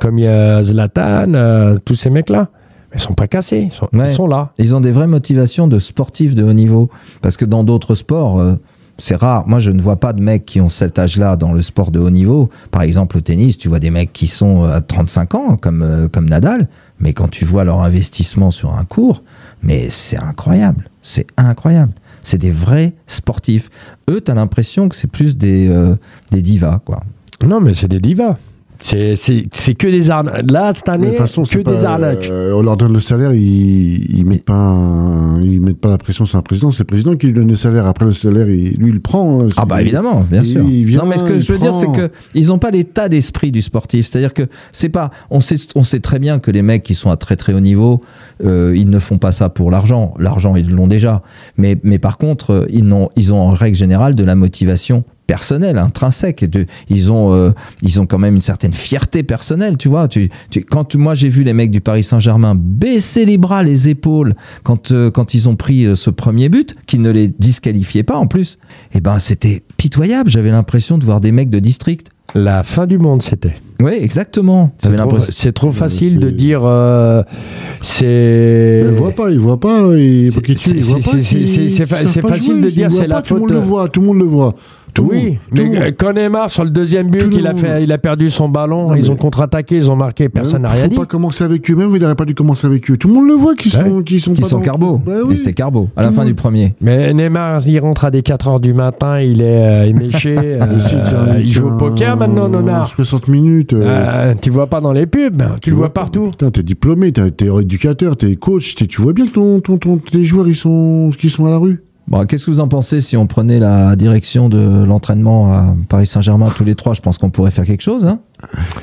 Speaker 3: Comme il y a Zlatan, euh, tous ces mecs-là, ils sont pas cassés, ils sont, ils
Speaker 1: Ouais.
Speaker 3: sont là.
Speaker 1: Ils ont des vraies motivations de sportifs de haut niveau. Parce que dans d'autres sports, euh, c'est rare. Moi, je ne vois pas de mecs qui ont cet âge-là dans le sport de haut niveau. Par exemple, au tennis, tu vois des mecs qui sont euh, à 35 ans, comme, euh, comme Nadal. Mais quand tu vois leur investissement sur un cours, mais c'est incroyable. C'est incroyable. C'est des vrais sportifs. Eux, tu as l'impression que c'est plus des, euh, des divas, quoi.
Speaker 3: Non, mais c'est des divas. C'est- C'est c'est que des arnaques. Là, cette
Speaker 2: Mais de
Speaker 3: année,
Speaker 2: toute façon,
Speaker 3: Ah, que
Speaker 2: c'est
Speaker 3: des
Speaker 2: pas,
Speaker 3: arnaques.
Speaker 2: euh, on leur donne le salaire, ils, ils mettent pas, un- ils mettent pas la pression sur un président. C'est le président qui lui donne le salaire. Après le salaire, il- lui, il le prend. euh,
Speaker 1: Ah
Speaker 2: c'est-
Speaker 1: bah évidemment, bien
Speaker 2: il-
Speaker 1: sûr.
Speaker 2: il vient,
Speaker 1: non mais ce que
Speaker 2: il
Speaker 1: je veux dire c'est
Speaker 2: prend.
Speaker 1: que ils ont pas l'état d'esprit du sportif, c'est-à-dire que c'est pas on sait on sait très bien que les mecs qui sont à très très haut niveau, euh, ils ne font pas ça pour l'argent, l'argent ils l'ont déjà. Mais mais par contre, euh, ils n'ont ils ont en règle générale de la motivation personnelle, intrinsèque et de ils ont euh, ils ont quand même une certaine fierté personnelle, tu vois. Tu, tu- quand tu- moi j'ai vu les mecs du Paris Saint-Germain baisser les bras, les épaules quand euh, quand ils ont pris euh, ce premier but, qui ne les disqualifiait pas en plus. Et ben c'était pitoyable. J'avais l'impression de voir des mecs de district.
Speaker 3: La fin du monde, c'était.
Speaker 1: Oui, exactement.
Speaker 3: C'est
Speaker 1: J'avais
Speaker 3: trop,
Speaker 1: l'impression.
Speaker 3: c'est trop
Speaker 2: Non, mais
Speaker 3: facile de
Speaker 2: c'est-
Speaker 3: dire euh,
Speaker 2: Il
Speaker 3: c'est.
Speaker 2: voit pas, il voit pas. Il,
Speaker 3: C'est-
Speaker 2: Pochettino, il
Speaker 3: c'est-
Speaker 2: voit pas
Speaker 3: c'est-
Speaker 2: qu'il-
Speaker 3: c'est- c'est
Speaker 2: qu'il
Speaker 3: fa-
Speaker 2: sache
Speaker 3: c'est
Speaker 2: pas
Speaker 3: facile de
Speaker 2: il
Speaker 3: dire
Speaker 2: voit
Speaker 3: c'est
Speaker 2: pas,
Speaker 3: la
Speaker 2: Tout le monde
Speaker 3: faute. euh,
Speaker 2: le voit, tout le monde le voit. Tout.
Speaker 3: oui,
Speaker 2: tout.
Speaker 3: mais euh, Connemar sur le deuxième
Speaker 2: Tout
Speaker 3: but,
Speaker 2: le
Speaker 3: il a,
Speaker 2: monde.
Speaker 3: fait, il a perdu son ballon,
Speaker 2: Non,
Speaker 3: ils
Speaker 2: mais-
Speaker 3: ont contre-attaqué, ils ont marqué, personne n'a rien
Speaker 2: Faut
Speaker 3: dit.
Speaker 2: pas commencer avec eux. Même vous n'aurez pas dû commencer avec eux. Tout le monde le voit qu'ils
Speaker 3: Ouais.
Speaker 2: sont, qu'ils sont
Speaker 1: Qui
Speaker 2: pas
Speaker 1: sont
Speaker 2: dans-
Speaker 1: Carbo.
Speaker 2: Bah
Speaker 1: Et
Speaker 2: oui.
Speaker 1: C'était Carbo, à la fin
Speaker 2: Mmh.
Speaker 1: du premier.
Speaker 3: Mais Neymar, il rentre à des 4h du matin, il est euh, éméché, euh,
Speaker 2: Ah, Bah, Si, tiens,
Speaker 3: il joue au
Speaker 2: tiens,
Speaker 3: poker maintenant, Neymar.
Speaker 2: 60 minutes. euh,
Speaker 3: Euh, tu le vois pas dans les pubs, Ah, tu le vois partout.
Speaker 2: Putain, t'es diplômé, t'es t'es éducateur, t'es coach, t'es- tu vois bien que ton, ton, ton- tes joueurs ils sont, qu'ils sont à la rue.
Speaker 1: Bon, qu'est-ce que vous en pensez si on prenait la direction de l'entraînement à Paris Saint-Germain tous les trois Je pense qu'on pourrait faire quelque chose. hein.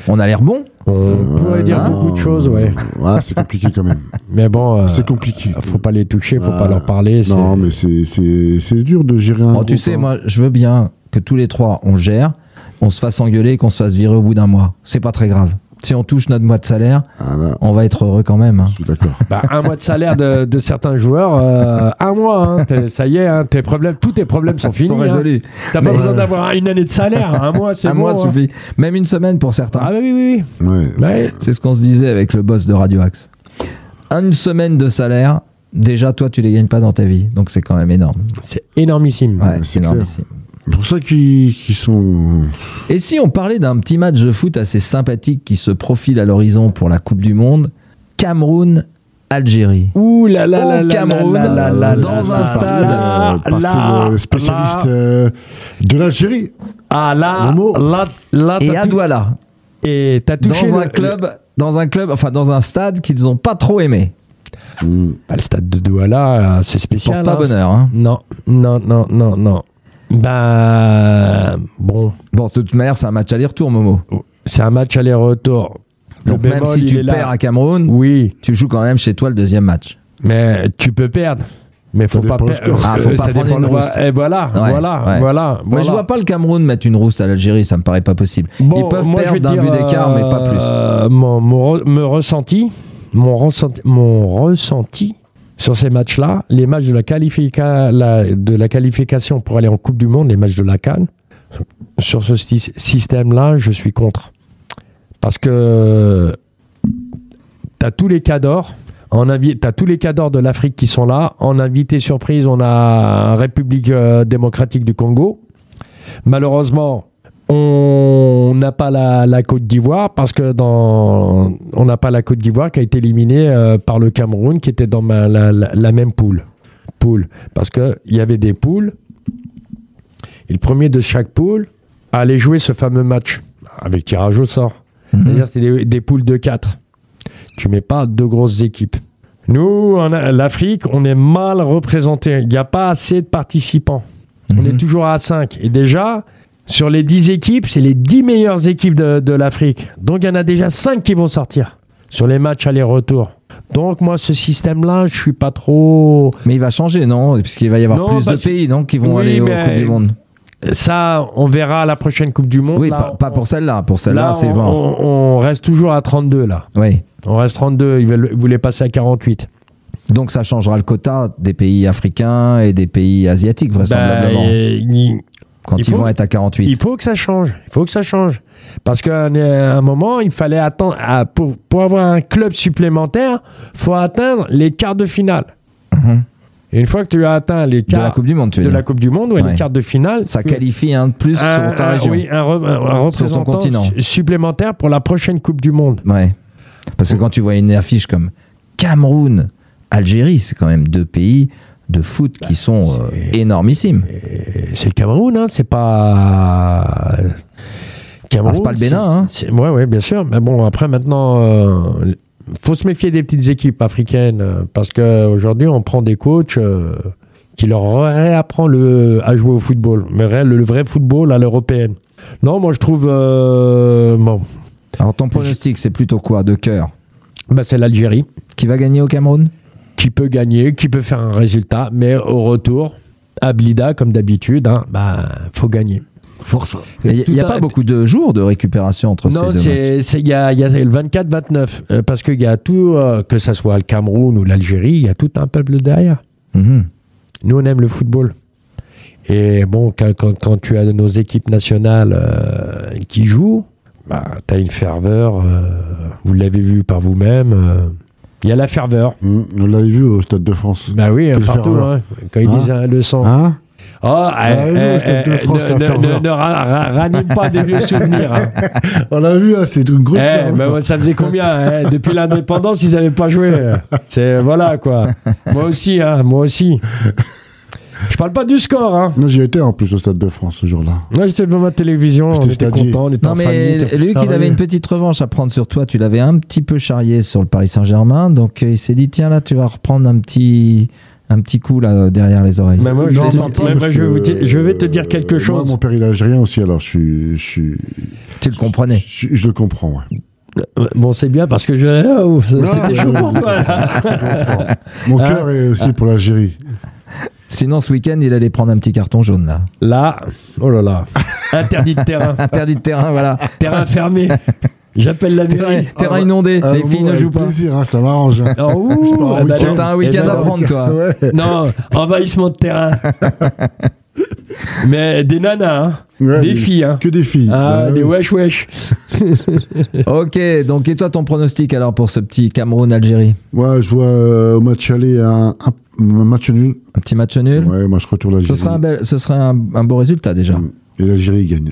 Speaker 1: on a l'air bon.
Speaker 3: On pourrait dire
Speaker 2: Ah,
Speaker 3: beaucoup de choses, ouais.
Speaker 2: Ouais, Ah, c'est compliqué quand même.
Speaker 3: Mais bon, euh,
Speaker 2: c'est compliqué.
Speaker 3: faut pas les toucher, faut
Speaker 2: Ah,
Speaker 3: pas leur parler. c'est-
Speaker 2: Non, mais c'est- c'est c'est dur de gérer un.
Speaker 1: Bon, Oh, tu
Speaker 2: groupe,
Speaker 1: sais,
Speaker 2: hein.
Speaker 1: moi, je veux bien que tous les trois, on gère, on se fasse engueuler, qu'on se fasse virer au bout d'un mois. C'est pas très grave. Si on touche notre mois de salaire,
Speaker 2: Ah, là,
Speaker 1: on va être heureux quand même. hein.
Speaker 2: je suis d'accord.
Speaker 3: Bah, un mois de salaire de, de certains joueurs, euh, un mois, hein, t'es- ça y est, hein, tes problèmes, tous tes problèmes sont finis. hein.
Speaker 1: résolus.
Speaker 3: T'as pas
Speaker 1: Mais-
Speaker 3: besoin d'avoir une année de salaire, un mois c'est
Speaker 1: euh, Un
Speaker 3: bon.
Speaker 1: mois
Speaker 3: hein.
Speaker 1: suffit. Même une semaine pour certains.
Speaker 3: Ah bah oui, oui,
Speaker 2: Ouais.
Speaker 3: oui. Ouais.
Speaker 1: C'est ce qu'on se disait avec le boss de Radio Axe. Une semaine de salaire, déjà, toi, tu les gagnes pas dans ta vie. Donc, c'est quand même énorme.
Speaker 3: C'est énormissime.
Speaker 1: Ouais,
Speaker 2: c'est
Speaker 1: c'est énorme
Speaker 2: clair.
Speaker 1: ici.
Speaker 2: Pour ça qu'ils qu'ils sont.
Speaker 1: Et si on parlait d'un petit match de foot assez sympathique qui se profile à l'horizon pour la Coupe du Monde Cameroun-Algérie.
Speaker 3: Ouh là là
Speaker 1: Au
Speaker 3: là là
Speaker 1: Cameroun,
Speaker 3: là là là
Speaker 1: dans
Speaker 3: là
Speaker 1: un
Speaker 3: là
Speaker 1: stade,
Speaker 3: là,
Speaker 2: euh, parce
Speaker 3: là,
Speaker 2: que le spécialiste
Speaker 3: là.
Speaker 2: euh, de l'Algérie.
Speaker 3: Ah là,
Speaker 2: Le mot.
Speaker 3: là, là,
Speaker 1: Et
Speaker 3: Ah, t'as
Speaker 1: à
Speaker 3: tou-
Speaker 1: Douala,
Speaker 3: et t'as touché
Speaker 1: dans
Speaker 3: le-
Speaker 1: un club, dans un club, enfin dans un stade qu'ils n'ont pas trop aimé.
Speaker 2: Mm.
Speaker 3: Bah, le stade de Douala, euh, c'est
Speaker 1: Pour
Speaker 3: spécial.
Speaker 1: pas
Speaker 3: hein.
Speaker 1: bonheur. hein.
Speaker 3: Non, non, non, non, non. Bah bon,
Speaker 1: Bon, de toute manière, c'est un match aller-retour, Momo.
Speaker 3: c'est un match aller-retour. Le
Speaker 1: Donc même
Speaker 3: bémol,
Speaker 1: si
Speaker 3: il
Speaker 1: tu
Speaker 3: est
Speaker 1: perds
Speaker 3: là.
Speaker 1: à Cameroun,
Speaker 3: Oui,
Speaker 1: tu joues quand même chez toi le deuxième match.
Speaker 3: mais tu peux perdre. Mais faut
Speaker 2: dépend
Speaker 3: pas euh,
Speaker 2: le
Speaker 3: perdre.
Speaker 2: score.
Speaker 1: Ah, faut pas prendre une rouste.
Speaker 3: Et voilà,
Speaker 1: Ouais,
Speaker 3: voilà,
Speaker 1: ouais.
Speaker 3: voilà.
Speaker 1: Mais
Speaker 3: voilà.
Speaker 1: je vois pas le Cameroun mettre une rouste à l'Algérie, ça me paraît pas possible.
Speaker 3: Bon,
Speaker 1: Ils peuvent
Speaker 3: moi, je
Speaker 1: perdre
Speaker 3: vais
Speaker 1: d'un
Speaker 3: te
Speaker 1: but
Speaker 3: dire,
Speaker 1: d'écart, mais pas plus.
Speaker 3: euh, mon, mon re- me ressenti, mon ressenti, mon ressenti sur ces matchs-là, les matchs de la, qualifica- la- de la qualification pour aller en Coupe du Monde, les matchs de la Cannes, sur ce sty- système-là, je suis contre. Parce que tu as tous les cadors. En invi- t'as tous les cadors de l'Afrique qui sont là. En invité surprise, on a République euh, démocratique du Congo. Malheureusement, on n'a pas la, la Côte d'Ivoire parce que dans on n'a pas la Côte d'Ivoire qui a été éliminée euh, par le Cameroun qui était dans ma- la, la- la même poule poule parce que il y avait des poules et le premier de chaque poule allait jouer ce fameux match avec tirage au sort.
Speaker 1: Mhm.
Speaker 3: C'est-à-dire c'était des, des poules de 4. Tu mets pas deux grosses équipes. Nous, en A- l'Afrique, on est mal représenté. Il n'y a pas assez de participants.
Speaker 1: Mhm.
Speaker 3: On est toujours à 5. Et déjà, sur les 10 équipes, c'est les 10 meilleures équipes de, de l'Afrique. Donc il y en a déjà 5 qui vont sortir sur les matchs aller-retour. Donc moi, ce système-là, je suis pas trop...
Speaker 1: Mais il va changer, non Puisqu'il va y avoir
Speaker 3: Non,
Speaker 1: plus de
Speaker 3: parce que-
Speaker 1: pays, non Qui vont
Speaker 3: Oui,
Speaker 1: aller aux
Speaker 3: mais-
Speaker 1: Coupes du Monde.
Speaker 3: Ça, on verra à la prochaine Coupe du Monde.
Speaker 1: Oui,
Speaker 3: Là,
Speaker 1: pas,
Speaker 3: on-
Speaker 1: pas pour celle-là. Pour
Speaker 3: là,
Speaker 1: celle-là, c'est
Speaker 3: on-
Speaker 1: mort.
Speaker 3: on, on reste toujours à 32, là.
Speaker 1: Oui.
Speaker 3: On reste 32, ils veulent- ils voulaient passer à 48.
Speaker 1: Donc ça changera le quota des pays africains et des pays asiatiques, vraisemblablement,
Speaker 3: Bah, euh, il,
Speaker 1: quand
Speaker 3: il
Speaker 1: ils
Speaker 3: faut-
Speaker 1: vont être à 48.
Speaker 3: il faut que ça change. Il faut que ça change. Parce qu'à un, euh, un moment, il fallait attendre. à- pour, pour avoir un club supplémentaire, faut atteindre les quarts de finale.
Speaker 1: Mhm.
Speaker 3: Et une fois que tu as atteint les
Speaker 1: De la
Speaker 3: quarts
Speaker 1: Coupe du Monde, tu
Speaker 3: de
Speaker 1: veux dire.
Speaker 3: la Coupe du Monde, ou
Speaker 1: Ouais.
Speaker 3: les quarts de finale,
Speaker 1: Ça
Speaker 3: tu-
Speaker 1: qualifie un de plus
Speaker 3: un,
Speaker 1: sur ta
Speaker 3: un-
Speaker 1: région.
Speaker 3: ah, oui, un re- un- un représentant
Speaker 1: continent.
Speaker 3: su- supplémentaire pour la prochaine Coupe du Monde.
Speaker 1: Ouais. Parce que quand tu vois une affiche comme Cameroun, Algérie, c'est quand même deux pays de foot qui sont euh, énormissimes.
Speaker 3: Et C'est le Cameroun, hein, c'est pas. euh, Cameroun,
Speaker 1: Ah, c'est pas le Bénin, hein.
Speaker 3: c'est- c'est- Ouais, ouais, bien sûr. Mais bon, après maintenant, euh, faut se méfier des petites équipes africaines euh, parce que aujourd'hui, on prend des coachs euh, qui leur réapprennent le, à jouer au football, mais ré- le, vrai football à l'européenne. Non, moi je trouve euh, bon,
Speaker 1: Alors ton pronostic, c'est plutôt quoi De cœur
Speaker 3: bah, c'est l'Algérie
Speaker 1: Qui va gagner au Cameroun
Speaker 3: qui peut gagner, qui peut faire un résultat, mais au retour, à Blida comme d'habitude, hein, bah faut gagner.
Speaker 2: Force.
Speaker 1: Il n'y a
Speaker 3: Tout
Speaker 1: pas
Speaker 3: un-
Speaker 1: beaucoup de jours de récupération entre
Speaker 3: Non,
Speaker 1: ces deux matchs.
Speaker 3: c'est c'est- il y a, il y a le 24-29 euh, parce qu'il y a tout euh, que ça soit le Cameroun ou l'Algérie, il y a tout un peuple derrière.
Speaker 1: Mhm.
Speaker 3: Nous on aime le football. Et bon, quand, quand- quand tu as nos équipes nationales euh, qui jouent, bah, tu as une ferveur, euh, vous l'avez vu par vous-même, euh, il y a la ferveur.
Speaker 2: Mm, mmh. On l'avait vu au Stade de France.
Speaker 3: Bah oui, hein,
Speaker 2: Quelle
Speaker 3: partout,
Speaker 2: ferveur.
Speaker 3: hein, quand ils
Speaker 2: Hein
Speaker 3: disent hein, le sang.
Speaker 2: Hein
Speaker 3: Ah,
Speaker 2: Ah,
Speaker 3: eh,
Speaker 2: oui,
Speaker 3: eh,
Speaker 2: c'était
Speaker 3: eh,
Speaker 2: de France,
Speaker 3: ne,
Speaker 2: la
Speaker 3: ne-
Speaker 2: ferveur.
Speaker 3: ne- ne ra- ra- ranime pas des vieux souvenirs. hein.
Speaker 2: On l'a vu, hein, c'est une grosse.
Speaker 3: Eh,
Speaker 2: charge.
Speaker 3: ben,
Speaker 1: bah
Speaker 3: ouais, ça faisait combien hein Depuis l'indépendance, ils n'avaient pas joué. C'est voilà quoi. Moi aussi, hein, moi aussi. Je parle pas du score. Hein.
Speaker 2: Non, j'y étais en plus au Stade de France ce jour-là.
Speaker 3: Moi, j'étais devant ma télévision, on
Speaker 2: J'étais
Speaker 3: était
Speaker 2: stadier.
Speaker 3: content, on était
Speaker 1: Non
Speaker 3: en
Speaker 1: mais
Speaker 3: famille.
Speaker 1: Luc, il avait une petite revanche à prendre sur toi. Tu l'avais un petit peu charrié sur le Paris Saint-Germain, donc euh, il s'est dit tiens là, tu vas reprendre un petit un petit coup là derrière les oreilles.
Speaker 3: Mais moi, je
Speaker 2: Non,
Speaker 3: l'ai
Speaker 2: non,
Speaker 3: senti.
Speaker 2: pas,
Speaker 3: Mais
Speaker 2: parce
Speaker 3: moi, je, vais vous dire-
Speaker 2: que,
Speaker 3: je vais te dire
Speaker 2: euh,
Speaker 3: quelque
Speaker 2: Moi,
Speaker 3: chose.
Speaker 2: mon père, il est algérien aussi, alors je suis. Je, suis-
Speaker 1: Tu le comprenais.
Speaker 2: je- je le comprends, ouais.
Speaker 3: Bon, c'est bien parce que je.
Speaker 2: Non,
Speaker 3: oh, C'était
Speaker 2: je-
Speaker 3: chaud pour
Speaker 2: je-
Speaker 3: toi. là.
Speaker 2: je comprends. Mon
Speaker 3: Ah.
Speaker 2: cœur est aussi pour l'Algérie.
Speaker 1: Sinon ce week-end, il allait prendre un petit carton jaune là.
Speaker 3: Là, oh là là. Interdit de terrain.
Speaker 1: Interdit de terrain, voilà.
Speaker 3: Terrain fermé. J'appelle la
Speaker 1: Terrain,
Speaker 3: mairie.
Speaker 1: terrain inondé.
Speaker 2: Ah,
Speaker 1: les
Speaker 2: bon,
Speaker 1: filles ne
Speaker 2: avec
Speaker 1: jouent pas.
Speaker 2: plaisir, hein, ça m'arrange. hein.
Speaker 3: Oh, ouh,
Speaker 2: Je pars en
Speaker 3: ah bah
Speaker 2: week-end.
Speaker 3: non.
Speaker 1: T'as un
Speaker 3: Eh
Speaker 1: week-end
Speaker 3: ben
Speaker 1: à
Speaker 3: non.
Speaker 1: prendre toi.
Speaker 2: Ouais.
Speaker 3: Non, envahissement de terrain. Mais des nanas, hein.
Speaker 2: Ouais,
Speaker 3: des
Speaker 2: mais-
Speaker 3: filles. Hein.
Speaker 2: Que des filles.
Speaker 3: Ah,
Speaker 2: Ouais,
Speaker 3: des
Speaker 2: Bah oui.
Speaker 3: wesh wesh.
Speaker 1: Ok, donc et toi ton pronostic alors pour ce petit Cameroun-Algérie
Speaker 2: Moi, je vois euh, au match aller un, un- un match nul.
Speaker 1: Un petit match nul
Speaker 2: Ouais, moi, je retourne
Speaker 1: Ce
Speaker 2: l'Algérie.
Speaker 1: serait un, bel- ce serait un, un beau résultat déjà.
Speaker 2: Mm. Et l'Algérie gagne.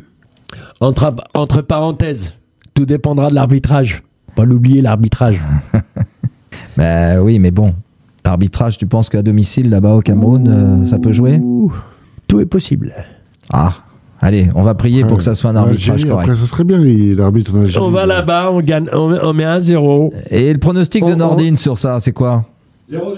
Speaker 3: Entre, entre parenthèses, tout dépendra de l'arbitrage. Pas l'oublier, l'arbitrage.
Speaker 1: Bah oui, mais bon. L'arbitrage, tu penses qu'à domicile, là-bas au Cameroun, euh, ça peut jouer
Speaker 3: Ouh, Eh? Tout est possible.
Speaker 1: Ah, allez, on va prier pour
Speaker 2: Ouais.
Speaker 1: que ça soit un
Speaker 2: En
Speaker 1: arbitrage
Speaker 2: Algérie,
Speaker 1: correct.
Speaker 2: Après, ce serait bien il- l'arbitre en Algérie.
Speaker 3: On va là-bas, on, gagne, on, on met 1-0.
Speaker 1: Et le pronostic
Speaker 2: Oh,
Speaker 1: de
Speaker 3: On-
Speaker 1: Nordine sur ça, c'est quoi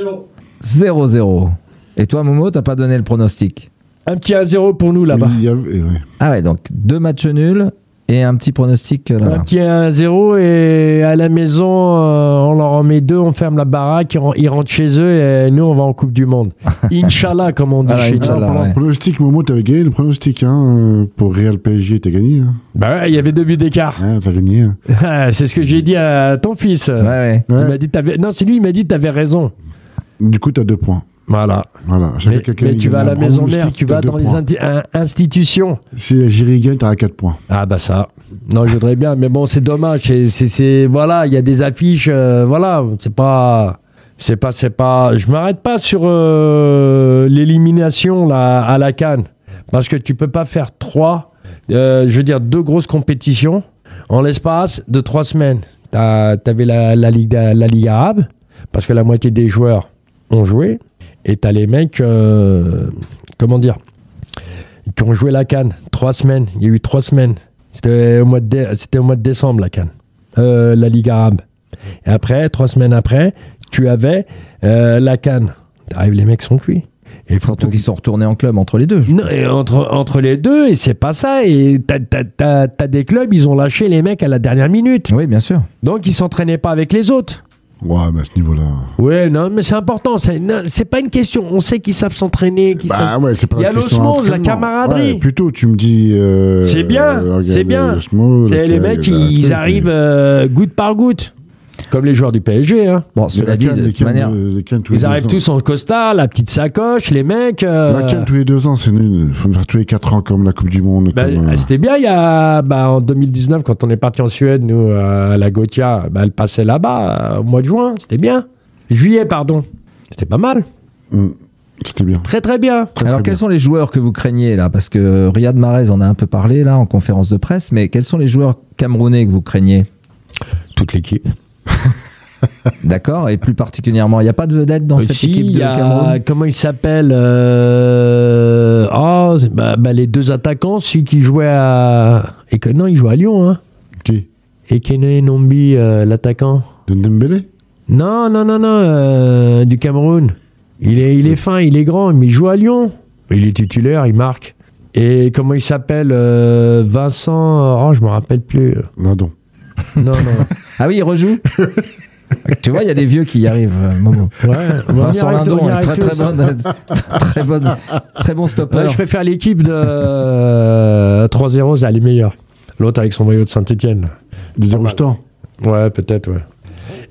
Speaker 1: 0-0. 0-0. Et toi, Momo, t'as pas donné le pronostic
Speaker 3: Un petit 1-0 pour nous
Speaker 2: Oui,
Speaker 3: là-bas.
Speaker 2: il y avait- eh ouais.
Speaker 1: Ah ouais, donc deux matchs nuls et un petit pronostic euh,
Speaker 3: Un
Speaker 1: là-bas.
Speaker 3: petit 1-0 et à la maison, euh, on leur en met deux, on ferme la baraque, ils ren- ils rentrent chez eux et nous, on va en Coupe du Monde. Inch'Allah, comme on dit
Speaker 1: Ah,
Speaker 3: chez
Speaker 2: Ah,
Speaker 1: Inch'Allah.
Speaker 3: nous.
Speaker 2: en
Speaker 1: là,
Speaker 2: parlant
Speaker 1: ouais.
Speaker 2: de pronostic, Momo, t'avais gagné le pronostic hein, euh, pour Real PSG, t'as gagné. Hein.
Speaker 3: Bah ouais, il y avait deux buts d'écart.
Speaker 2: Ouais, t'as gagné. hein.
Speaker 3: Ah, c'est ce que j'ai dit à ton fils.
Speaker 1: Ouais, ouais.
Speaker 3: Il
Speaker 2: Ouais.
Speaker 3: m'a dit t'avais- Non, c'est lui, il m'a dit t'avais raison.
Speaker 2: Du coup, t'as deux points.
Speaker 3: Voilà.
Speaker 2: Voilà. Chaque
Speaker 3: Mais,
Speaker 2: fois que
Speaker 3: mais
Speaker 2: quelqu'un
Speaker 3: tu
Speaker 2: gagne
Speaker 3: vas à
Speaker 2: un
Speaker 3: la maison
Speaker 2: pronostic,
Speaker 3: mère, tu
Speaker 2: t'as
Speaker 3: vas
Speaker 2: deux
Speaker 3: dans les
Speaker 2: points.
Speaker 3: inti- in- institutions.
Speaker 2: Si l'Algérie gagne, t'as 4 points.
Speaker 3: Ah bah ça. Non, je voudrais bien, mais bon, c'est dommage. C'est, c'est- c'est- voilà, il y a des affiches. euh, voilà, c'est pas, c'est pas, c'est pas. Je m'arrête pas sur euh, l'élimination là à la Cannes, parce que tu peux pas faire trois, euh, je veux dire deux grosses compétitions en l'espace de trois semaines. T'as, t'avais la, la ligue, d'A- la ligue arabe, parce que la moitié des joueurs ont joué, et t'as les mecs, euh, comment dire, qui ont joué la Cannes trois semaines. Il y a eu trois semaines. C'était au mois de, dé- c'était au mois de décembre, la Cannes, Euh, la Ligue arabe. Et après, trois semaines après, tu avais euh, la Cannes. T'arrives, les mecs sont cuits. Et faut
Speaker 1: Surtout
Speaker 3: qu'on-
Speaker 1: qu'ils sont retournés en club entre les deux.
Speaker 2: Mm.
Speaker 3: non, et entre, entre les deux, et c'est pas ça. Et t'as, t'as- t'as- t'as des clubs, ils ont lâché les mecs à la dernière minute.
Speaker 1: Oui, bien sûr.
Speaker 3: Donc ils s'entraînaient pas avec les autres.
Speaker 2: Ouais, mais à ce niveau-là.
Speaker 3: Ouais, non, mais c'est important. C'est, non, c'est pas une question. On sait qu'ils savent s'entraîner. qu'ils savent-
Speaker 2: Bah ouais, c'est pas
Speaker 3: Il y a
Speaker 2: la question
Speaker 3: l'osmose, la
Speaker 2: d'entraînement.
Speaker 3: camaraderie.
Speaker 2: Ouais, plutôt, tu me dis. euh,
Speaker 3: C'est bien,
Speaker 2: euh, regarde
Speaker 3: c'est bien.
Speaker 2: l'osmose,
Speaker 3: C'est les
Speaker 2: regarde
Speaker 3: mecs,
Speaker 2: la
Speaker 3: ils,
Speaker 2: truc, mais-
Speaker 3: arrivent euh, goutte par goutte. Comme les joueurs du PSG. hein.
Speaker 1: Bon,
Speaker 2: mais
Speaker 1: cela
Speaker 2: la
Speaker 1: dit,
Speaker 2: Cannes,
Speaker 1: de
Speaker 2: les
Speaker 1: toute
Speaker 2: Cannes,
Speaker 1: manière,
Speaker 2: euh, les Cannes tous les
Speaker 3: Ils
Speaker 2: deux
Speaker 3: arrivent
Speaker 2: ans.
Speaker 3: tous en costard, la petite sacoche, les mecs. euh,
Speaker 2: La Cannes tous les deux ans, c'est nul. Faut me faire tous les quatre ans comme la Coupe du Monde.
Speaker 3: bah,
Speaker 2: comme, euh,
Speaker 3: C'était bien il y a, bah, en 2019, quand on est parti en Suède, nous, euh, à la Gothia, bah, elle passait là-bas euh, au mois de juin. C'était bien. Juillet, pardon. C'était pas mal.
Speaker 2: mm, C'était bien.
Speaker 3: Très, très bien.
Speaker 1: Alors,
Speaker 2: très
Speaker 1: quels
Speaker 2: bien.
Speaker 1: sont les joueurs que vous craignez là Parce que Riyad Mahrez en a un peu parlé là en conférence de presse, mais quels sont les joueurs camerounais que vous craignez
Speaker 3: Toute l'équipe.
Speaker 1: D'accord Et plus particulièrement, il n'y a pas de vedette dans cette
Speaker 3: Euh, Si,
Speaker 1: équipe
Speaker 3: il
Speaker 1: de
Speaker 3: y a-
Speaker 1: Cameroun
Speaker 3: Comment il s'appelle euh, oh, c'est- bah, bah, Les deux attaquants, celui qui jouait à. Et que, non, il joue à Lyon. Hein.
Speaker 2: Qui
Speaker 3: Et Kene Nombi, euh, l'attaquant.
Speaker 2: De Dembélé
Speaker 3: Non, non, non, non, euh, du Cameroun. Il est, il est fin, il est grand, mais il joue à Lyon. Il est titulaire, il marque. Et comment il s'appelle euh, Vincent. Oh, je me rappelle plus.
Speaker 2: Non, non.
Speaker 3: Non, non.
Speaker 1: Ah oui, il rejoue Tu vois, il y a des vieux qui y arrivent, euh, Momo.
Speaker 3: Ouais, on y
Speaker 1: Vincent
Speaker 3: arrive, on
Speaker 1: Lindon
Speaker 3: y
Speaker 1: est
Speaker 3: arrive
Speaker 1: très très
Speaker 3: tous, hein.
Speaker 1: bon, très, bon, très bon stopper.
Speaker 3: Ouais, je préfère l'équipe de euh, 3-0, c'est elle est meilleure. L'autre avec son maillot de Saint-Etienne.
Speaker 2: Didier
Speaker 3: Ah,
Speaker 2: Roustan
Speaker 3: Ouais, peut-être, ouais.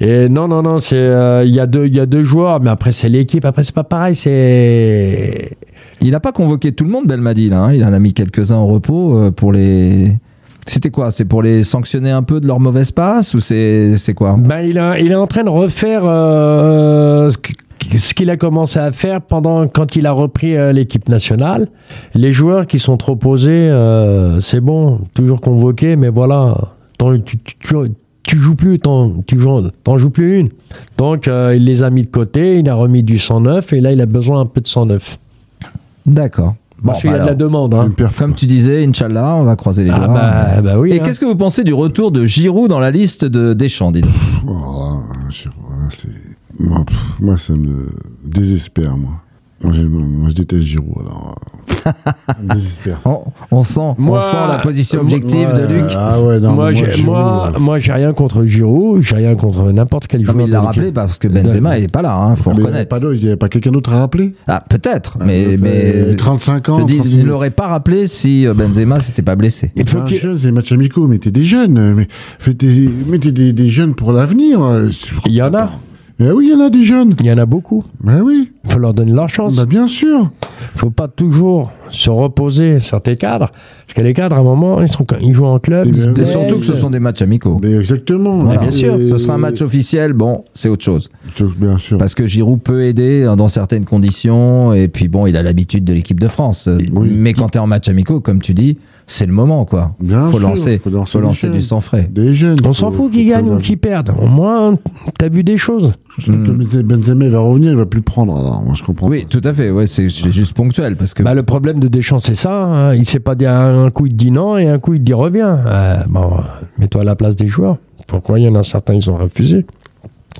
Speaker 3: Et non, non, non, c'est euh, il y, a deux- il y a deux joueurs, mais après c'est l'équipe, après c'est pas pareil, c'est.
Speaker 1: Il n'a pas convoqué tout le monde, Belmadi, là. hein. Il en a mis quelques-uns au repos euh, pour les. C'était quoi C'est pour les sanctionner un peu de leur mauvaise passe ou c'est c'est quoi
Speaker 3: Ben, il, a- il est en train de refaire euh, ce que- ce qu'il a commencé à faire pendant quand il a repris euh, l'équipe nationale. Les joueurs qui sont trop posés, euh, c'est bon, toujours convoqué, mais voilà, t'en- tu, tu- tu- tu joues plus, t'en, tu joues, t'en joues plus une. Donc euh, il les a mis de côté, il a remis du 109 et là il a besoin un peu de 109.
Speaker 1: D'accord. Bon,
Speaker 3: Parce qu'il y a
Speaker 1: bah
Speaker 3: de la
Speaker 1: alors,
Speaker 3: demande. hein.
Speaker 2: Une perf-
Speaker 1: Comme tu disais, Inch'Allah, on va croiser les
Speaker 3: Ah
Speaker 1: doigts.
Speaker 3: bah, bah oui.
Speaker 1: Et
Speaker 3: hein.
Speaker 1: qu'est-ce que vous pensez du retour de Giroud dans la liste de Deschamps dis donc
Speaker 2: Voilà, euh, je- voilà, c'est- moi, pff, moi, ça me désespère, moi. Moi, j'ai- moi, je déteste Giroud, alors. euh, ça me désespère.
Speaker 1: on, on sent,
Speaker 3: Moi,
Speaker 1: on sent la position
Speaker 3: euh,
Speaker 1: objective
Speaker 2: Moi,
Speaker 1: de Luc.
Speaker 2: euh, Ah ouais, non,
Speaker 3: moi,
Speaker 2: mais
Speaker 3: j'ai,
Speaker 2: Giroud,
Speaker 3: moi,
Speaker 2: euh,
Speaker 3: moi, j'ai rien contre Giroud, j'ai rien contre n'importe quel
Speaker 1: hein. Non, Ah,
Speaker 3: joueur.
Speaker 1: mais il
Speaker 3: de
Speaker 1: l'a
Speaker 3: l'équipe.
Speaker 1: rappelé parce que Benzema, il n'est pas là, hein, faut
Speaker 2: mais il y avait
Speaker 1: reconnaître.
Speaker 2: pas d'autre, Il n'y avait pas quelqu'un d'autre à rappeler
Speaker 1: Ah, peut-être, mais,
Speaker 2: Euh,
Speaker 1: mais
Speaker 2: 35 ans.
Speaker 1: je dis,
Speaker 2: 36
Speaker 1: il ne l'aurait pas rappelé si euh, Benzema s'était pas blessé.
Speaker 3: Il faut
Speaker 2: Enfin,
Speaker 3: qu'il-
Speaker 2: jeune, c'est des matchs amicaux, mettez des jeunes, euh, mais faites des, mettez des, des jeunes pour l'avenir. euh, c'est-
Speaker 3: Il y en a,
Speaker 2: Ben oui, il y en a des jeunes.
Speaker 3: il y en a beaucoup.
Speaker 2: Ben oui,
Speaker 3: Il faut leur donner leur chance.
Speaker 2: bah bien sûr.
Speaker 3: faut pas toujours se reposer sur tes cadres. Parce que les cadres, à un moment, ils, sont, ils jouent en club.
Speaker 2: Et
Speaker 3: ils
Speaker 2: bien,
Speaker 3: se
Speaker 2: oui.
Speaker 1: Et
Speaker 3: blessent.
Speaker 1: surtout que ce sont des matchs amicaux.
Speaker 2: Mais exactement.
Speaker 1: Voilà.
Speaker 3: bien sûr,
Speaker 2: Et-
Speaker 1: Ce sera un match officiel, bon, c'est autre chose.
Speaker 2: Bien sûr.
Speaker 1: Parce que Giroud peut aider hein, dans certaines conditions, et puis bon, il a l'habitude de l'équipe de France. Euh,
Speaker 2: Oui.
Speaker 1: Mais quand t'es en match amicaux, comme tu dis, c'est le moment, quoi.
Speaker 2: Bien
Speaker 1: faut
Speaker 2: sûr,
Speaker 1: lancer,
Speaker 2: faut lancer
Speaker 1: faut
Speaker 2: des
Speaker 1: lancer du
Speaker 2: chaînes.
Speaker 1: sang frais.
Speaker 2: Des jeunes.
Speaker 3: On
Speaker 2: faut-
Speaker 3: s'en
Speaker 2: faut
Speaker 3: fout qu'ils
Speaker 2: que-
Speaker 3: gagnent ou qu'ils perdent. Au moins, t'as vu des choses.
Speaker 2: Surtout que Benze- Benzema il va revenir, il va plus le prendre. Alors, moi je comprends.
Speaker 1: Hmm. Oui, tout
Speaker 2: pas.
Speaker 1: à fait. Ouais, c'est c'est juste ponctuel parce que
Speaker 3: Bah, le problème de Deschamps, c'est ça. hein. Il sait pas dire un coup, il te dit non et un coup, il te dit reviens. Euh, bon, mets-toi à la place des joueurs. Pourquoi il y en a certains, ils ont refusé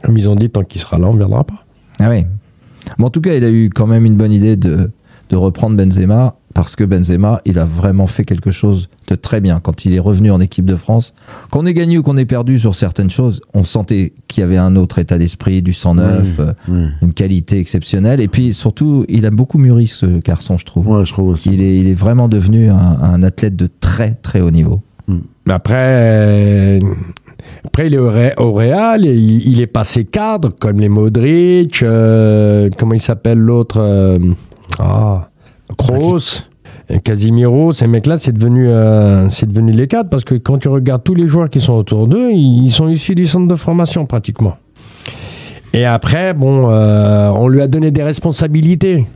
Speaker 3: Comme ils ont dit, tant qu'il sera là, on ne viendra pas.
Speaker 1: ah oui. Mais en tout cas, il a eu quand même une bonne idée de de reprendre Benzema parce que Benzema, il a vraiment fait quelque chose de très bien quand il est revenu en équipe de France. Qu'on ait gagné ou qu'on ait perdu sur certaines choses, on sentait qu'il y avait un autre état d'esprit, du sang neuf. euh,
Speaker 2: Oui.
Speaker 1: une qualité exceptionnelle. Et puis surtout, il a beaucoup mûri ce garçon, je trouve.
Speaker 2: Ouais, je trouve aussi.
Speaker 1: Il, est, il est vraiment devenu un, un athlète de très très haut niveau.
Speaker 3: Mais après, euh, après il est au, Ré- au Real, et il, il est passé cadre, comme les Modric, euh, comment il s'appelle l'autre euh, Ah, Kroos, Casimiro, ces mecs-là, c'est devenu, euh, c'est devenu les cadres, parce que quand tu regardes tous les joueurs qui sont autour d'eux, ils ils sont issus du centre de formation pratiquement. Et après, bon, euh, on lui a donné des responsabilités.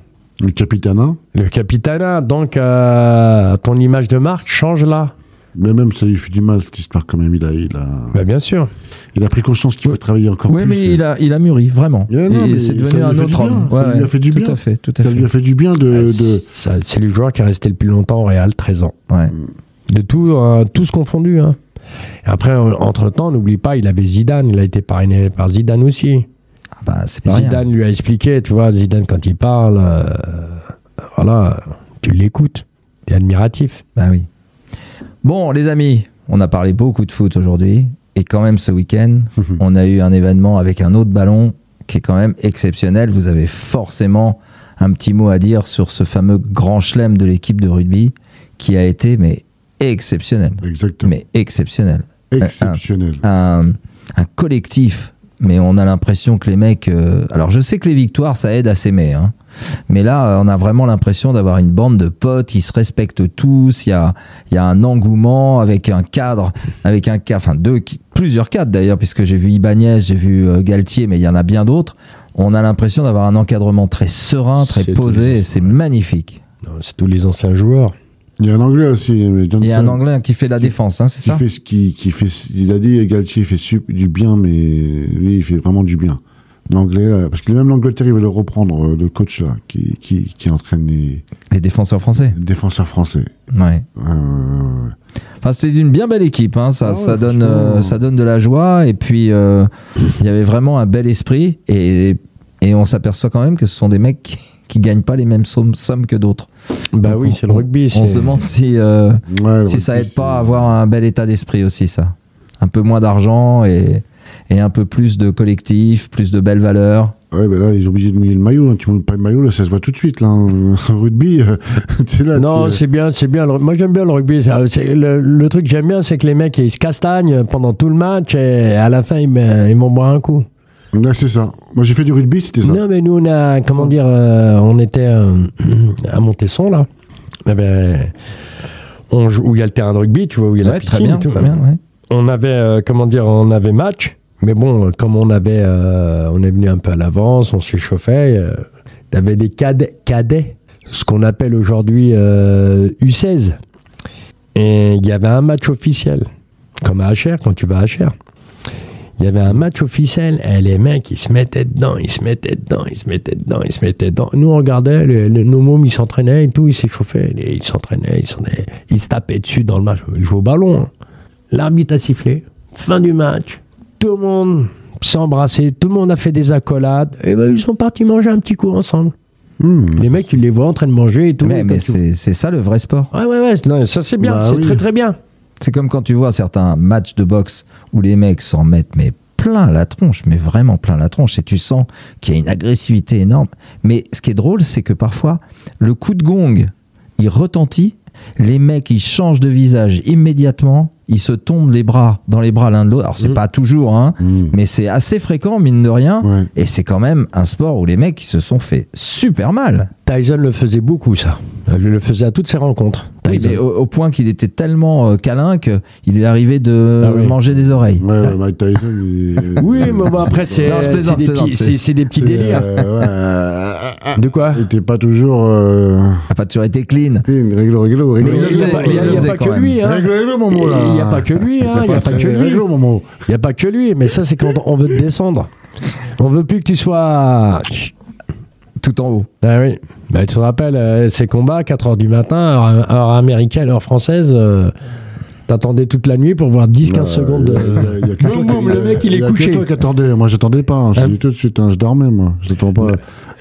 Speaker 2: Le capitana,
Speaker 3: Le capitana, donc euh, ton image de marque change là.
Speaker 2: mais même ça lui fait du mal cette histoire quand même. Il a, il a,
Speaker 3: Bah, bien sûr.
Speaker 2: il a pris conscience qu'il peut travailler encore
Speaker 1: Oui,
Speaker 2: plus. euh.
Speaker 1: mais il a, il a mûri, vraiment.
Speaker 2: Yeah, non,
Speaker 1: Et
Speaker 2: mais
Speaker 1: c'est
Speaker 2: ça
Speaker 1: devenu
Speaker 2: lui a
Speaker 1: un
Speaker 2: fait
Speaker 1: autre
Speaker 2: du bien.
Speaker 1: homme.
Speaker 2: Ça lui a fait du
Speaker 1: tout
Speaker 2: bien.
Speaker 1: à fait, tout à
Speaker 2: Ça
Speaker 1: fait.
Speaker 2: lui a fait du bien de.
Speaker 1: Ah,
Speaker 2: de...
Speaker 3: Ah, Ça, C'est le joueur qui est resté le plus longtemps au Real, 13 ans.
Speaker 1: Ouais.
Speaker 3: De tout, euh, tous confondus. Hein. Et Après, euh, entre-temps, n'oublie pas, il avait Zidane, il a été parrainé par Zidane aussi.
Speaker 1: Ah bah, c'est pas rien.
Speaker 3: Zidane lui a expliqué, tu vois, Zidane quand il parle, euh, voilà, tu l'écoutes, t'es admiratif.
Speaker 1: Bah oui. Bon, les amis, on a parlé beaucoup de foot aujourd'hui. Et quand même, ce week-end, on a eu un événement avec un autre ballon qui est quand même exceptionnel. Vous avez forcément un petit mot à dire sur ce fameux grand chelem de l'équipe de rugby qui a été, mais exceptionnel.
Speaker 2: Exactement.
Speaker 1: Mais exceptionnel.
Speaker 2: Exceptionnel.
Speaker 1: Un, un collectif. Mais on a l'impression que les mecs. euh, alors je sais que les victoires, ça aide à s'aimer. hein. Mais là, euh, on a vraiment l'impression d'avoir une bande de potes qui se respectent tous. Il y a, il y a un engouement avec un cadre, avec un cadre, enfin deux, qui- plusieurs cadres d'ailleurs, puisque j'ai vu Ibanez, j'ai vu euh, Galtier, mais il y en a bien d'autres. On a l'impression d'avoir un encadrement très serein, très
Speaker 3: C'est
Speaker 1: posé,
Speaker 3: tout.
Speaker 1: et c'est magnifique.
Speaker 3: Non, C'est tous les anciens joueurs.
Speaker 2: Il y a un anglais aussi. mais
Speaker 1: Il y a un
Speaker 2: Johnson,
Speaker 1: Anglais qui fait la défense, hein, c'est
Speaker 2: Qui
Speaker 1: ça
Speaker 2: fait ce qui, qui fait, il a dit Galtier fait sup- du bien, mais lui il fait vraiment du bien. L'anglais, là, parce que même l'Angleterre, il va le reprendre, euh, le coach là, qui, qui, qui entraîne les
Speaker 1: Les défenseurs français.
Speaker 2: défenseurs français. Euh,
Speaker 1: Ouais.
Speaker 2: Ouais, ouais, ouais, ouais.
Speaker 1: Enfin, Ah, c'est une bien belle équipe, hein, ça,
Speaker 2: Ah ouais,
Speaker 1: ça, donne,
Speaker 2: franchement.
Speaker 1: euh, ça donne de la joie, et puis euh, il y avait vraiment un bel esprit, et, et on s'aperçoit quand même que ce sont des mecs qui, qui gagnent pas les mêmes sommes, sommes que d'autres.
Speaker 3: Bah
Speaker 1: Donc,
Speaker 3: oui,
Speaker 1: on-
Speaker 3: c'est le rugby.
Speaker 1: On se
Speaker 3: c'est-
Speaker 1: demande si, euh,
Speaker 2: Ouais,
Speaker 1: si
Speaker 2: ouais,
Speaker 1: ça
Speaker 2: puis
Speaker 1: aide
Speaker 2: c'est-
Speaker 1: pas à avoir un bel état d'esprit aussi, ça. Un peu moins d'argent et, et un peu plus de collectif, plus de belles valeurs.
Speaker 2: Ouais, ben là, ils sont obligés de mouiller le maillot. hein. Tu mouilles pas le maillot, là, ça se voit tout de suite. Là, en rugby, euh, tu sais, là.
Speaker 3: Non,
Speaker 2: tu-
Speaker 3: c'est bien, c'est bien. le- Moi, j'aime bien le rugby. ça, c'est- Le, le truc que j'aime bien, c'est que les mecs, ils se castagnent pendant tout le match et à la fin, ils, me- ils vont boire un coup.
Speaker 2: Là, c'est ça. Moi, j'ai fait du rugby, c'était ça.
Speaker 3: Non, mais nous, on a, comment dire, euh, on était euh, à Montesson, là. Eh ben, on joue, où il y a le terrain de rugby, tu vois, où il y a la
Speaker 1: Ouais,
Speaker 3: piscine.
Speaker 1: très bien,
Speaker 3: et tout.
Speaker 1: très bien, ouais.
Speaker 3: On avait, euh, comment dire, on avait match, Mais bon, comme on avait, euh, on est venu un peu à l'avance, on s'échauffait. Euh, T'avais des cadets, cadets, ce qu'on appelle aujourd'hui euh, U16. Et il y avait un match officiel, comme à HR, quand tu vas à HR. Il y avait un match officiel, et les mecs, ils se mettaient dedans, ils se mettaient dedans, ils se mettaient dedans, ils se mettaient dedans. Nous, on regardait, le- le- nos mômes, ils s'entraînaient et tout, ils s'échauffaient, et ils s'entraînaient, ils, s'entraînaient. Ils se tapaient dessus dans le match. Ils jouaient au ballon. hein. L'arbitre a sifflé, fin du match, tout le monde s'est embrassé, tout le monde a fait des accolades, et ben, ils sont partis manger un petit coup ensemble.
Speaker 2: Hmm.
Speaker 3: Les mecs, tu les vois en train de manger et tout.
Speaker 1: Mais,
Speaker 3: et
Speaker 1: mais
Speaker 3: comme tu-
Speaker 1: c'est c'est ça le vrai sport.
Speaker 3: Ouais, ouais, ouais, non, ça c'est bien,
Speaker 2: Bah
Speaker 3: c'est
Speaker 2: oui.
Speaker 3: très très bien.
Speaker 1: C'est comme quand tu vois certains matchs de boxe où les mecs s'en mettent mais plein la tronche, mais vraiment plein la tronche, et tu sens qu'il y a une agressivité énorme. Mais ce qui est drôle, c'est que parfois, le coup de gong, il retentit, les mecs, ils changent de visage immédiatement, ils se tombent les bras dans les bras l'un de l'autre. Alors, c'est
Speaker 3: Mhm.
Speaker 1: pas toujours, hein,
Speaker 2: Hmm.
Speaker 1: mais c'est assez fréquent, mine de rien,
Speaker 2: Ouais.
Speaker 1: et c'est quand même un sport où les mecs, ils se sont fait super mal.
Speaker 3: Tyson le faisait beaucoup, ça. Il le faisait à toutes ses rencontres.
Speaker 1: Oui,
Speaker 3: Tyson.
Speaker 1: mais au, au point qu'il était tellement euh, câlin qu'il est arrivé de
Speaker 3: Ah oui.
Speaker 1: manger des oreilles.
Speaker 2: Ouais, ouais, Mike Tyson. il-
Speaker 3: Oui, mais bon, après, c'est
Speaker 1: Non, je
Speaker 3: c'est
Speaker 1: plaisante,
Speaker 3: des,
Speaker 1: je plaisante,
Speaker 3: petits-
Speaker 1: c'est-
Speaker 3: c'est- c'est des petits
Speaker 2: C'est,
Speaker 3: délires.
Speaker 2: euh, ouais, euh, euh,
Speaker 3: De quoi
Speaker 2: euh, il était pas toujours. euh,
Speaker 1: Enfin, tu aurais été clean.
Speaker 2: clean, Réglo, réglo,
Speaker 3: Mais
Speaker 2: réglo.
Speaker 1: il le
Speaker 3: Il n'y
Speaker 1: faisait,
Speaker 3: a pas- il y a-
Speaker 1: il le
Speaker 3: il y a
Speaker 1: faisait
Speaker 3: pas
Speaker 1: quand
Speaker 3: que
Speaker 1: même.
Speaker 3: lui. hein.
Speaker 2: Réglo, réglo,
Speaker 3: Il
Speaker 2: Momo, là.
Speaker 3: n'y a pas que lui. hein, Il n'y a pas que lui.
Speaker 2: Réglo, Momo.
Speaker 3: Il n'y a pas que lui. Mais ça, c'est quand on veut te descendre. On veut plus que tu sois.
Speaker 1: Tout en haut.
Speaker 3: Ah oui. Bah, tu te rappelles, euh, ces combats, 4h du matin, heure, heure américaine, heure française, euh, t'attendais toute la nuit pour voir 10-15
Speaker 2: Bah,
Speaker 3: secondes.
Speaker 2: il y a-
Speaker 1: euh,
Speaker 3: de-
Speaker 2: il y a que
Speaker 3: Boum,
Speaker 2: toi
Speaker 3: boum,
Speaker 2: qui-
Speaker 3: le mec, il
Speaker 2: y
Speaker 3: est
Speaker 2: a que
Speaker 3: couché.
Speaker 2: toi qui attendais. Moi, j'attendais pas. hein. Je
Speaker 3: Hein.
Speaker 2: dis tout de suite, hein, je dormais, moi. Je n'attends pas.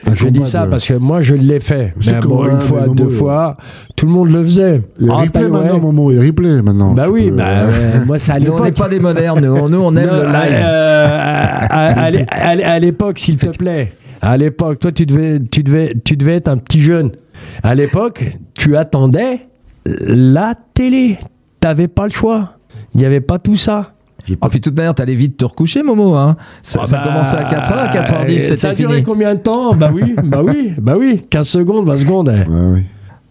Speaker 2: un
Speaker 3: Je dis
Speaker 2: combat
Speaker 3: ça
Speaker 2: de-
Speaker 3: parce que moi je l'ai fait.
Speaker 2: Je sais
Speaker 3: Mais
Speaker 2: que
Speaker 3: bon,
Speaker 2: ouais,
Speaker 3: une fois,
Speaker 2: mais bon,
Speaker 3: deux
Speaker 2: ouais.
Speaker 3: fois, tout le monde le faisait.
Speaker 2: Il y a
Speaker 3: Ah,
Speaker 2: replay
Speaker 3: t'as-
Speaker 2: maintenant,
Speaker 3: ouais.
Speaker 2: Momo. Il y a replay maintenant.
Speaker 3: Bah
Speaker 2: Tu
Speaker 3: oui,
Speaker 1: Euh,
Speaker 2: peux-
Speaker 3: bah ouais, moi ça à
Speaker 1: Nous, on n'est
Speaker 3: l'époque-
Speaker 1: pas des modernes, nous, nous, on aime
Speaker 3: Non,
Speaker 1: le live.
Speaker 3: euh, à- à- à l'é- à l'é- à l'époque, s'il te plaît. À l'époque, toi, tu devais, tu, devais, tu devais être un petit jeune. À l'époque, tu attendais la télé. T'avais pas le choix. Il n'y avait pas tout ça.
Speaker 2: J'ai pas
Speaker 1: Oh, puis de toute manière, t'allais vite te recoucher, Momo. Hein. Ça,
Speaker 3: Ah
Speaker 1: ça
Speaker 3: bah, euh,
Speaker 1: commençait à 4h, à 4h10,
Speaker 3: Ça a
Speaker 1: c'était
Speaker 3: duré
Speaker 1: fini.
Speaker 3: combien de temps Bah oui, bah oui, bah oui. 15 secondes, 20 secondes. eh.
Speaker 2: Ouais, oui.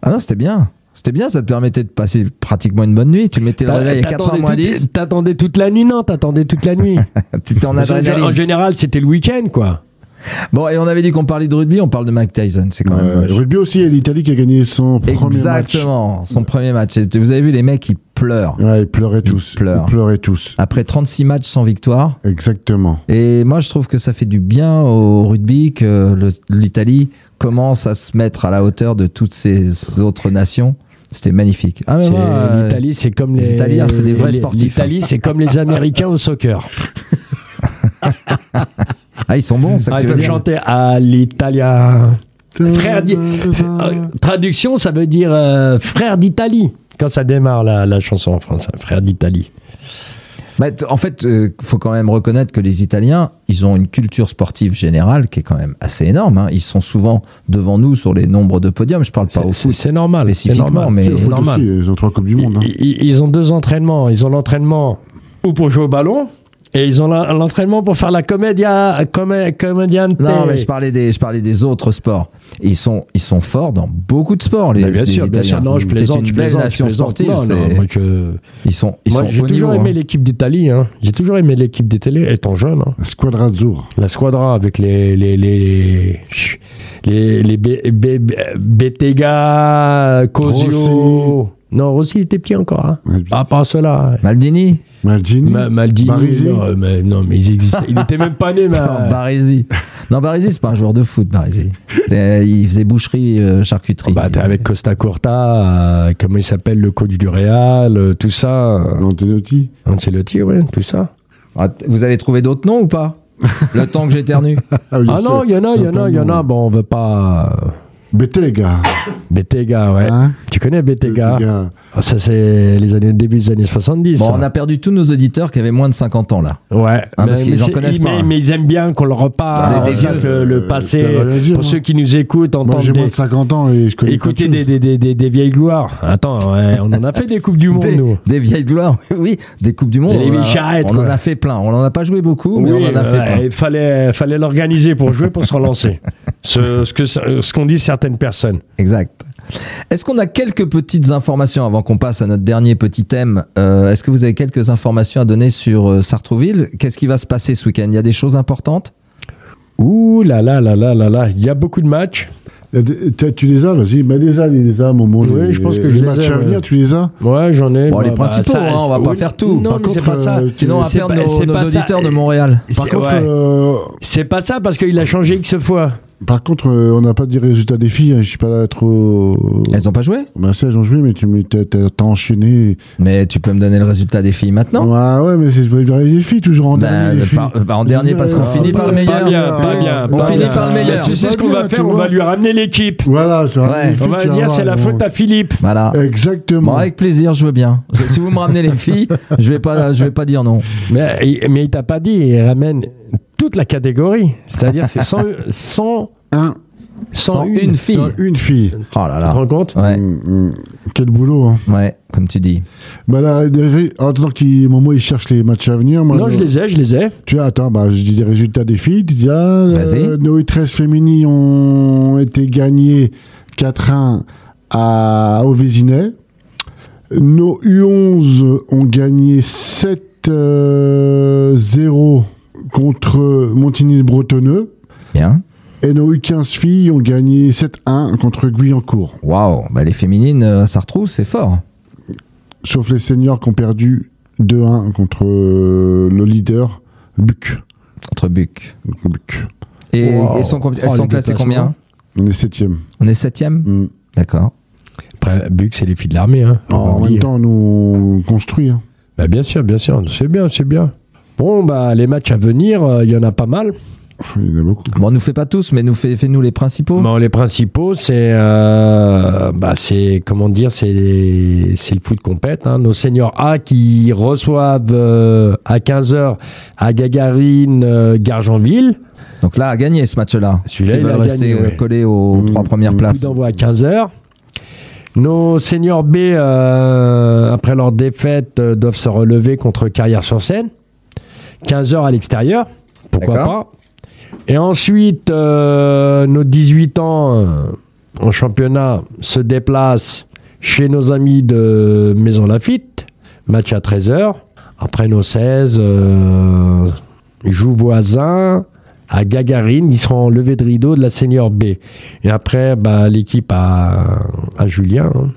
Speaker 1: Ah non, c'était bien. C'était bien, ça te permettait de passer pratiquement une bonne nuit. Tu mettais le
Speaker 3: T'a-
Speaker 1: réveil à
Speaker 3: Bah, t'attendais
Speaker 1: 4h moins
Speaker 3: toute-
Speaker 1: 10,
Speaker 3: T'attendais toute la nuit, non T'attendais toute la nuit.
Speaker 1: t'étais en
Speaker 3: Parce que En
Speaker 1: adrénaline.
Speaker 3: général, c'était le week-end, quoi.
Speaker 1: Bon, et on avait dit qu'on parlait de rugby, on parle de Mike Tyson, c'est quand
Speaker 2: Ouais,
Speaker 1: même...
Speaker 2: le rugby aussi, il y a l'Italie qui a gagné son premier match.
Speaker 1: Exactement, son premier match. Et Vous avez vu, les mecs, ils pleurent.
Speaker 2: Ouais, ils pleuraient
Speaker 1: Ils
Speaker 2: tous.
Speaker 1: pleurent.
Speaker 2: Ils pleuraient tous.
Speaker 1: Après 36 matchs sans victoire,
Speaker 2: Exactement.
Speaker 1: Et moi, je trouve que ça fait du bien au rugby que le- l'Italie commence à se mettre à la hauteur de toutes ces autres nations. C'était magnifique. Ah, mais
Speaker 3: C'est-
Speaker 1: moi, euh,
Speaker 3: L'Italie, c'est comme les,
Speaker 1: les Italiens, c'est des vrais
Speaker 3: les-
Speaker 1: sportifs. hein.
Speaker 3: L'Italie, c'est comme les Américains au soccer.
Speaker 1: ah, ils sont bons, c'est ça
Speaker 3: Ah,
Speaker 1: que
Speaker 3: ils
Speaker 1: tu veux
Speaker 3: peuvent
Speaker 1: dire.
Speaker 3: chanter à l'Italien. Frère d'I-
Speaker 1: Ah.
Speaker 3: euh, Traduction, ça veut dire euh, frère d'Italie. Quand ça démarre la, la chanson en français, frère d'Italie.
Speaker 1: Bah, t- en fait, il faut quand même reconnaître que les Italiens, ils ont une culture sportive générale qui est quand même assez énorme. hein. Ils sont souvent devant nous sur les nombres de podiums. Je parle pas au
Speaker 3: C'est-
Speaker 1: foot.
Speaker 3: C'est normal. C'est
Speaker 1: Spécifiquement,
Speaker 3: normal.
Speaker 1: mais-
Speaker 3: c'est
Speaker 1: Le
Speaker 2: Foot
Speaker 3: normal.
Speaker 2: aussi, ils ont trois Coupes du Monde. hein.
Speaker 3: Ils- Ils, ils ont deux entraînements. Ils ont l'entraînement ou pour jouer au ballon et ils ont la- l'entraînement pour faire la comédia, comé, comédiante.
Speaker 1: Non, mais je parlais des, je parlais des autres sports. Et ils sont, ils sont forts dans beaucoup de sports. Les,
Speaker 3: Mais Bah, bien
Speaker 1: les
Speaker 3: sûr, bien
Speaker 1: Italiens.
Speaker 3: sûr. Non, je plaisante.
Speaker 1: C'est
Speaker 3: je
Speaker 1: une belle
Speaker 3: plaisante, je
Speaker 1: nation
Speaker 3: plaisante.
Speaker 1: sportive.
Speaker 3: Non, non,
Speaker 1: c'est-
Speaker 3: moi, je-
Speaker 1: Ils sont, ils
Speaker 3: moi,
Speaker 1: sont
Speaker 3: j'ai
Speaker 1: au
Speaker 3: toujours
Speaker 1: niveau,
Speaker 3: aimé
Speaker 1: hein.
Speaker 3: l'équipe d'Italie. hein. J'ai toujours aimé l'équipe d'Italie, étant jeune. hein.
Speaker 2: Squadra Azzurra.
Speaker 3: La squadra avec les les les les, les Be- Be- Be- Bettega, Cosio.
Speaker 2: Rossi.
Speaker 3: Non, Rossi il était petit encore. Hein.
Speaker 2: Ouais,
Speaker 3: À part cela.
Speaker 1: Maldini
Speaker 2: Maldini.
Speaker 3: Ma- Maldini,
Speaker 2: Baresi.
Speaker 3: non mais, non, mais il existait. Il était même pas né, mais.
Speaker 1: Non, Baresi. Non, Baresi, c'est pas un joueur de foot, Baresi. C'était- Il faisait boucherie, euh, charcuterie.
Speaker 3: Bah, t'es avec Costa Curta, euh, comment il s'appelle, le coach du Real, euh, tout ça. euh,
Speaker 2: Antelotti.
Speaker 3: Ancelotti, ouais, tout ça.
Speaker 1: Ah, t- Vous avez trouvé d'autres noms ou pas Le temps que j'éternue.
Speaker 2: oui,
Speaker 3: Ah
Speaker 2: je
Speaker 3: non,
Speaker 2: sais.
Speaker 3: il y en a, il y en a, il y en a. Bon, on veut pas.
Speaker 2: Bettega.
Speaker 3: Bettega, ouais.
Speaker 2: Hein
Speaker 3: Tu connais Bettega
Speaker 2: Bettega.
Speaker 3: Ah, Ça, c'est les années, début des années 70.
Speaker 1: Euh, Bon,
Speaker 3: ça.
Speaker 1: on a perdu tous nos auditeurs qui avaient moins de 50 ans, là.
Speaker 3: Ouais,
Speaker 1: Ah, parce qu'ils en
Speaker 3: c'est-
Speaker 1: connaissent
Speaker 3: mais-
Speaker 1: pas, Ah, hein.
Speaker 3: mais ils aiment bien qu'on le
Speaker 1: Des-
Speaker 3: repart,
Speaker 1: des
Speaker 3: on
Speaker 1: vieux,
Speaker 3: le, le
Speaker 2: euh,
Speaker 3: passé.
Speaker 2: ça veut rien dire,
Speaker 3: Pour
Speaker 2: hein.
Speaker 3: ceux qui nous écoutent,
Speaker 2: Moi,
Speaker 3: entendent
Speaker 2: j'ai moins
Speaker 3: des,
Speaker 2: de 50 ans et je connais pas
Speaker 3: écouter
Speaker 2: tous.
Speaker 3: des, des, des, des- des vieilles gloires. Attends, ouais, on en a fait des Coupes du Monde,
Speaker 1: Des,
Speaker 3: nous.
Speaker 1: des vieilles gloires, oui, des Coupes du Monde.
Speaker 3: Des
Speaker 1: on en a-
Speaker 3: vieilles charrettes,
Speaker 1: on en
Speaker 3: quoi.
Speaker 1: a fait plein. On en a pas joué beaucoup, mais
Speaker 3: Oui,
Speaker 1: on en a
Speaker 3: ouais,
Speaker 1: fait hein. plein.
Speaker 3: Il fallait, fallait l'organiser pour jouer, pour se relancer. Ce, ce que- ce qu'ont dit certaines personnes.
Speaker 1: Exact. Est-ce qu'on a quelques petites informations avant qu'on passe à notre dernier petit thème Euh, Est-ce que vous avez quelques informations à donner sur euh, Sartrouville Qu'est-ce qui va se passer ce week-end Il y a des choses importantes
Speaker 3: Ouh là là là là là là, il y a beaucoup de matchs.
Speaker 2: Il y a des- t'as- Tu les as, vas-y, mais les as, les les as, Momo.
Speaker 3: Oui,
Speaker 2: les-
Speaker 3: je pense que
Speaker 2: les
Speaker 3: je les
Speaker 2: matchs
Speaker 3: ai,
Speaker 2: à venir,
Speaker 3: ouais.
Speaker 2: tu les as
Speaker 3: Ouais, j'en ai. bah,
Speaker 1: Bon, les principaux, hein, on va pas faire tout.
Speaker 3: Non,
Speaker 2: Par
Speaker 3: mais c'est
Speaker 2: contre,
Speaker 3: pas ça.
Speaker 2: euh,
Speaker 1: Sinon, on va
Speaker 3: C'est
Speaker 1: perdre
Speaker 3: pas-
Speaker 1: nos,
Speaker 3: c'est
Speaker 1: nos
Speaker 3: pas ça.
Speaker 1: auditeurs de Montréal.
Speaker 2: Par
Speaker 3: C'est-
Speaker 2: contre,
Speaker 3: ouais.
Speaker 2: euh,
Speaker 3: C'est pas ça parce qu'il a changé X fois.
Speaker 2: par contre, euh, on n'a pas dit résultat des filles. hein, Je suis pas trop.
Speaker 1: Elles n'ont pas joué
Speaker 2: Ben, si, elles ont joué, mais tu mais t'as- t'as t'as enchaîné.
Speaker 1: Mais tu peux me donner le résultat des filles maintenant
Speaker 2: Ah ouais, mais c'est pas les filles, toujours en
Speaker 1: Bah,
Speaker 2: dernier. les
Speaker 1: euh,
Speaker 2: filles.
Speaker 1: par- euh, bah, en dernier, parce qu'on
Speaker 2: Ah,
Speaker 1: finit
Speaker 2: pas-
Speaker 1: par le
Speaker 2: pas
Speaker 1: meilleur.
Speaker 2: bien,
Speaker 3: Ah,
Speaker 2: pas bien,
Speaker 1: On
Speaker 2: pas
Speaker 1: finit
Speaker 2: bien.
Speaker 1: par le meilleur.
Speaker 3: Bah, Tu sais ce qu'on
Speaker 2: Pas
Speaker 3: va
Speaker 2: bien,
Speaker 3: faire
Speaker 2: tu
Speaker 3: On
Speaker 2: vois.
Speaker 3: va lui ramener l'équipe.
Speaker 2: Voilà, c'est
Speaker 1: Ouais.
Speaker 2: les filles
Speaker 3: On va
Speaker 2: qui
Speaker 3: dire
Speaker 2: vont
Speaker 3: c'est la
Speaker 2: avoir-
Speaker 3: faute à Philippe.
Speaker 1: Voilà. Bon,
Speaker 2: Euh, Exactement.
Speaker 1: avec plaisir, je veux bien. Je- Si vous me ramenez les filles, je vais pas, je vais pas dire non.
Speaker 3: Mais, il- mais il t'a pas dit, il ramène toute la catégorie. C'est-à-dire c'est 100, 100,
Speaker 2: Un-
Speaker 3: 101.
Speaker 1: une fille.
Speaker 2: un- une fille.
Speaker 1: Oh là
Speaker 3: Tu te
Speaker 1: là.
Speaker 3: rends compte
Speaker 1: Ouais,
Speaker 2: Mm, mm. Quel boulot. Hein.
Speaker 1: ouais, comme tu dis.
Speaker 2: Bah là, des ré- en attendant qu'il Momo il cherche les matchs à venir. Moi,
Speaker 3: Non, je les ai, je les ai.
Speaker 2: Tu vois, attends, bah, je dis les résultats des filles. Tu dis, ah, euh,
Speaker 1: Vas-y.
Speaker 2: nos 13 féminines ont été gagnées 4-1 à Auvésinet. Nos U11 ont gagné 7-0 contre Montigny-Bretonneux.
Speaker 1: Bien.
Speaker 2: Et nos U15 filles ont gagné 7-1 contre Guyancourt.
Speaker 1: Waouh. Bah, les féminines, euh, ça retrouve, c'est fort.
Speaker 2: Sauf les seniors qui ont perdu 2-1 contre euh, le leader, Buc.
Speaker 1: Entre Buc.
Speaker 2: Contre Buc.
Speaker 1: Et,
Speaker 3: Wow.
Speaker 1: et sont com- elles
Speaker 3: Oh,
Speaker 1: sont
Speaker 3: les
Speaker 1: classées combien
Speaker 2: On est septième.
Speaker 1: On est septième
Speaker 2: Mm.
Speaker 1: D'accord.
Speaker 3: Après, Buck, c'est les filles de l'armée. Hein.
Speaker 2: En,
Speaker 3: On
Speaker 2: même
Speaker 3: dit.
Speaker 2: temps, nous on construit. hein.
Speaker 3: Bah, bien sûr, bien sûr. C'est bien, c'est bien. Bon, bah, les matchs à venir, euh, il y en a pas mal.
Speaker 2: Il y en a beaucoup.
Speaker 1: Bon, on nous fait pas tous, mais nous fait, fait nous les principaux.
Speaker 3: Bon, les principaux, c'est, euh, bah, c'est comment dire, c'est, c'est le foot compète. Hein. Nos seniors A qui reçoivent euh, à 15h à Gagarine, euh, Gargenville.
Speaker 1: Donc là, à gagner ce match-là.
Speaker 3: Celui-là,
Speaker 1: Ils
Speaker 3: il
Speaker 1: veulent
Speaker 3: a
Speaker 1: rester
Speaker 3: gagné,
Speaker 1: euh,
Speaker 3: ouais.
Speaker 1: collés aux
Speaker 2: Mm,
Speaker 1: trois premières
Speaker 2: mm.
Speaker 3: Coup
Speaker 1: places.
Speaker 3: d'envoi à 15h. Nos seniors B, euh, après leur défaite, euh, doivent se relever contre Carrière-sur-Seine. 15h à l'extérieur, pourquoi
Speaker 1: D'accord.
Speaker 3: pas. Et ensuite, euh, nos 18 ans euh, en championnat se déplacent chez nos amis de Maison Lafitte, match à 13h. Après nos 16, euh, jouent voisin à Gagarine, ils seront en levée de rideau de la senior B. Et après, bah, l'équipe à, à Julien. hein.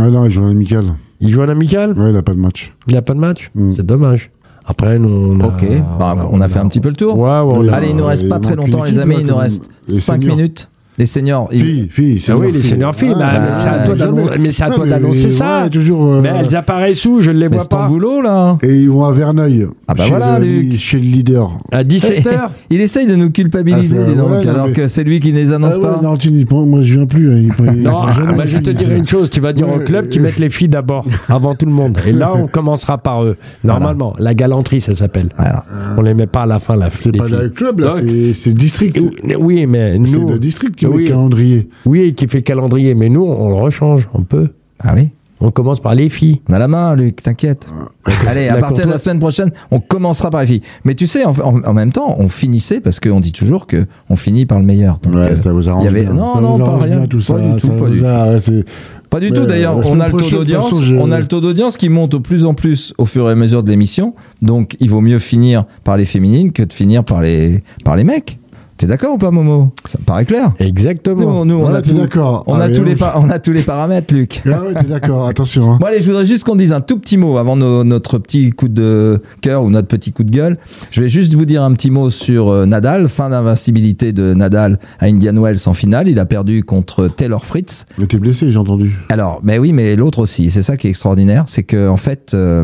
Speaker 2: Ouais, non, il joue un amical.
Speaker 3: Il joue un amical
Speaker 1: Mm.
Speaker 2: Ouais, il n'a pas de match.
Speaker 3: Il n'a pas de match
Speaker 2: Mm.
Speaker 3: C'est dommage. Après, nous, on a,
Speaker 2: Ah,
Speaker 1: Ok. Bah, on a fait un petit peu le tour.
Speaker 3: Ouais, ouais, on a-
Speaker 1: Allez, il nous reste
Speaker 2: Il
Speaker 1: pas très
Speaker 2: manque une
Speaker 1: longtemps, les
Speaker 2: équipe,
Speaker 1: amis.
Speaker 2: là,
Speaker 1: Il nous
Speaker 2: comme
Speaker 1: reste
Speaker 2: les
Speaker 1: 5
Speaker 2: seniors.
Speaker 1: minutes. Les seniors, ils-
Speaker 2: Filles, filles,
Speaker 3: Ah
Speaker 2: seniors,
Speaker 3: oui, les seniors filles, bah,
Speaker 1: Ah,
Speaker 3: mais c'est à
Speaker 1: bah,
Speaker 3: toi d'annon-
Speaker 2: jamais.
Speaker 3: mais c'est à
Speaker 2: Ouais,
Speaker 3: toi
Speaker 2: mais-
Speaker 3: d'annoncer ça.
Speaker 2: ouais, toujours, euh,
Speaker 3: mais elles apparaissent où Je ne les
Speaker 1: Mais
Speaker 3: vois
Speaker 1: c'est ton
Speaker 3: pas.
Speaker 1: boulot, là.
Speaker 2: Et ils vont à Verneuil.
Speaker 1: Ah bah
Speaker 2: chez
Speaker 1: voilà,
Speaker 2: le,
Speaker 1: Luc.
Speaker 2: Chez le leader.
Speaker 3: À 17h
Speaker 1: Il essaye de nous culpabiliser,
Speaker 2: Ah, c'est-
Speaker 1: dis donc,
Speaker 2: ouais, non,
Speaker 1: alors
Speaker 2: mais-
Speaker 1: que c'est lui qui ne les annonce
Speaker 2: Ah ouais,
Speaker 1: pas.
Speaker 2: non, tu dis, pour- moi je viens plus. hein, il- il-
Speaker 3: Non,
Speaker 2: il- jamais
Speaker 3: bah, je
Speaker 2: les
Speaker 3: te
Speaker 2: filles,
Speaker 3: dirai
Speaker 2: ça.
Speaker 3: une chose, tu vas dire au club qu'ils mettent les filles d'abord, avant tout le monde. Et là, on commencera par eux. Normalement, la galanterie, ça s'appelle.
Speaker 1: Voilà.
Speaker 3: On les met Ah. pas à la fin, la
Speaker 2: C'est
Speaker 3: les
Speaker 2: pas
Speaker 3: filles.
Speaker 2: le club, là,
Speaker 3: Donc-
Speaker 2: c'est c'est le district.
Speaker 3: Oui, mais
Speaker 2: C'est
Speaker 3: nous,
Speaker 2: le district qui met
Speaker 3: Oui.
Speaker 2: le calendrier.
Speaker 3: oui, qui fait le calendrier, mais nous, on le rechange, on peut.
Speaker 1: Ah oui
Speaker 3: On commence par les filles.
Speaker 1: On a la main, Luc, t'inquiète. Allez, à
Speaker 3: D'accord,
Speaker 1: partir de la
Speaker 3: toi.
Speaker 1: semaine prochaine, on commencera par les filles. Mais tu sais, en, en- en même temps, on finissait, parce qu'on dit toujours que on finit par le meilleur. Donc, euh,
Speaker 2: Ouais, ça vous arrange
Speaker 1: il y avait-
Speaker 2: bien.
Speaker 1: non,
Speaker 2: ça
Speaker 1: non,
Speaker 2: vous
Speaker 1: pas
Speaker 2: arrange
Speaker 1: rien,
Speaker 2: bien, tout
Speaker 1: pas
Speaker 2: ça.
Speaker 1: du tout,
Speaker 2: ça
Speaker 1: pas
Speaker 2: vous
Speaker 1: du
Speaker 2: a- ouais, c'est-
Speaker 1: Pas du
Speaker 2: Mais,
Speaker 1: tout
Speaker 2: euh,
Speaker 1: d'ailleurs,
Speaker 2: la
Speaker 1: on
Speaker 2: semaine
Speaker 1: a le taux
Speaker 2: prochaine, de toute
Speaker 1: d'audience,
Speaker 2: façon, je-
Speaker 1: on a le taux d'audience qui monte au plus en plus au fur et à mesure de l'émission. Donc il vaut mieux finir par les féminines que de finir par les par les mecs. T'es d'accord ou pas Momo Ça me paraît clair. Nous,
Speaker 3: Exactement.
Speaker 1: on- nous, on
Speaker 2: Ouais,
Speaker 1: a
Speaker 2: t'es
Speaker 1: tout-
Speaker 2: d'accord.
Speaker 1: on a
Speaker 2: Ah, mais
Speaker 1: tous les
Speaker 2: oui.
Speaker 1: pa- on a tous les paramètres Luc.
Speaker 2: Ah ouais, t'es d'accord, attention. hein.
Speaker 1: Bon allez, je voudrais juste qu'on dise un tout petit mot avant no- notre petit coup de cœur ou notre petit coup de gueule. Je vais juste vous dire un petit mot sur euh, Nadal, fin d'invincibilité de Nadal à Indian Wells en finale. Il a perdu contre Taylor Fritz.
Speaker 2: Mais t'es blessé, j'ai entendu.
Speaker 1: Alors, ben oui, mais l'autre aussi, c'est ça qui est extraordinaire, c'est que en fait, euh,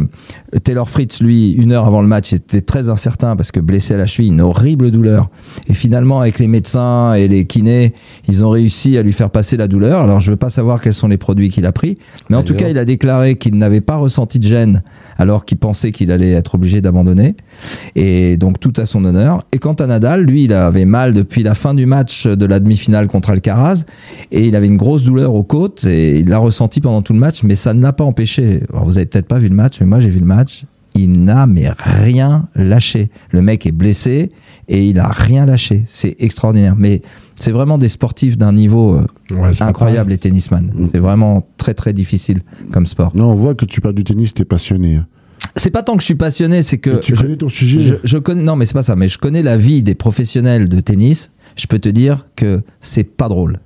Speaker 1: Taylor Fritz, lui, une heure avant le match, était très incertain parce que blessé à la cheville, une horrible douleur. Et finalement, avec les médecins et les kinés, ils ont réussi à lui faire passer la douleur. Alors, je veux pas savoir quels sont les produits qu'il a pris, mais en tout cas, il a déclaré qu'il n'avait pas ressenti de gêne alors qu'il pensait qu'il allait être obligé d'abandonner. Et donc, tout à son honneur. Et quant à Nadal, lui, il avait mal depuis la fin du match de la demi-finale contre Alcaraz et il avait une grosse douleur aux côtes et il l'a ressenti pendant tout le match, mais ça ne l'a pas empêché. Alors vous avez peut-être pas vu le match, mais moi j'ai vu le match. Il n'a mais rien lâché. Le mec est blessé et il a rien lâché. C'est extraordinaire. Mais c'est vraiment des sportifs d'un niveau euh,
Speaker 3: Ouais, c'est pas
Speaker 1: incroyable, les tennisman.
Speaker 2: Mm.
Speaker 1: C'est vraiment très très difficile comme sport.
Speaker 2: Non, on voit que tu parles du tennis, t'es passionné. hein.
Speaker 1: C'est pas tant que je suis passionné, c'est que
Speaker 2: Et tu
Speaker 1: je-
Speaker 2: connais ton sujet.
Speaker 1: je, je connais. Non, mais c'est pas ça. Mais je connais la vie des professionnels de tennis. Je peux te dire que c'est pas drôle.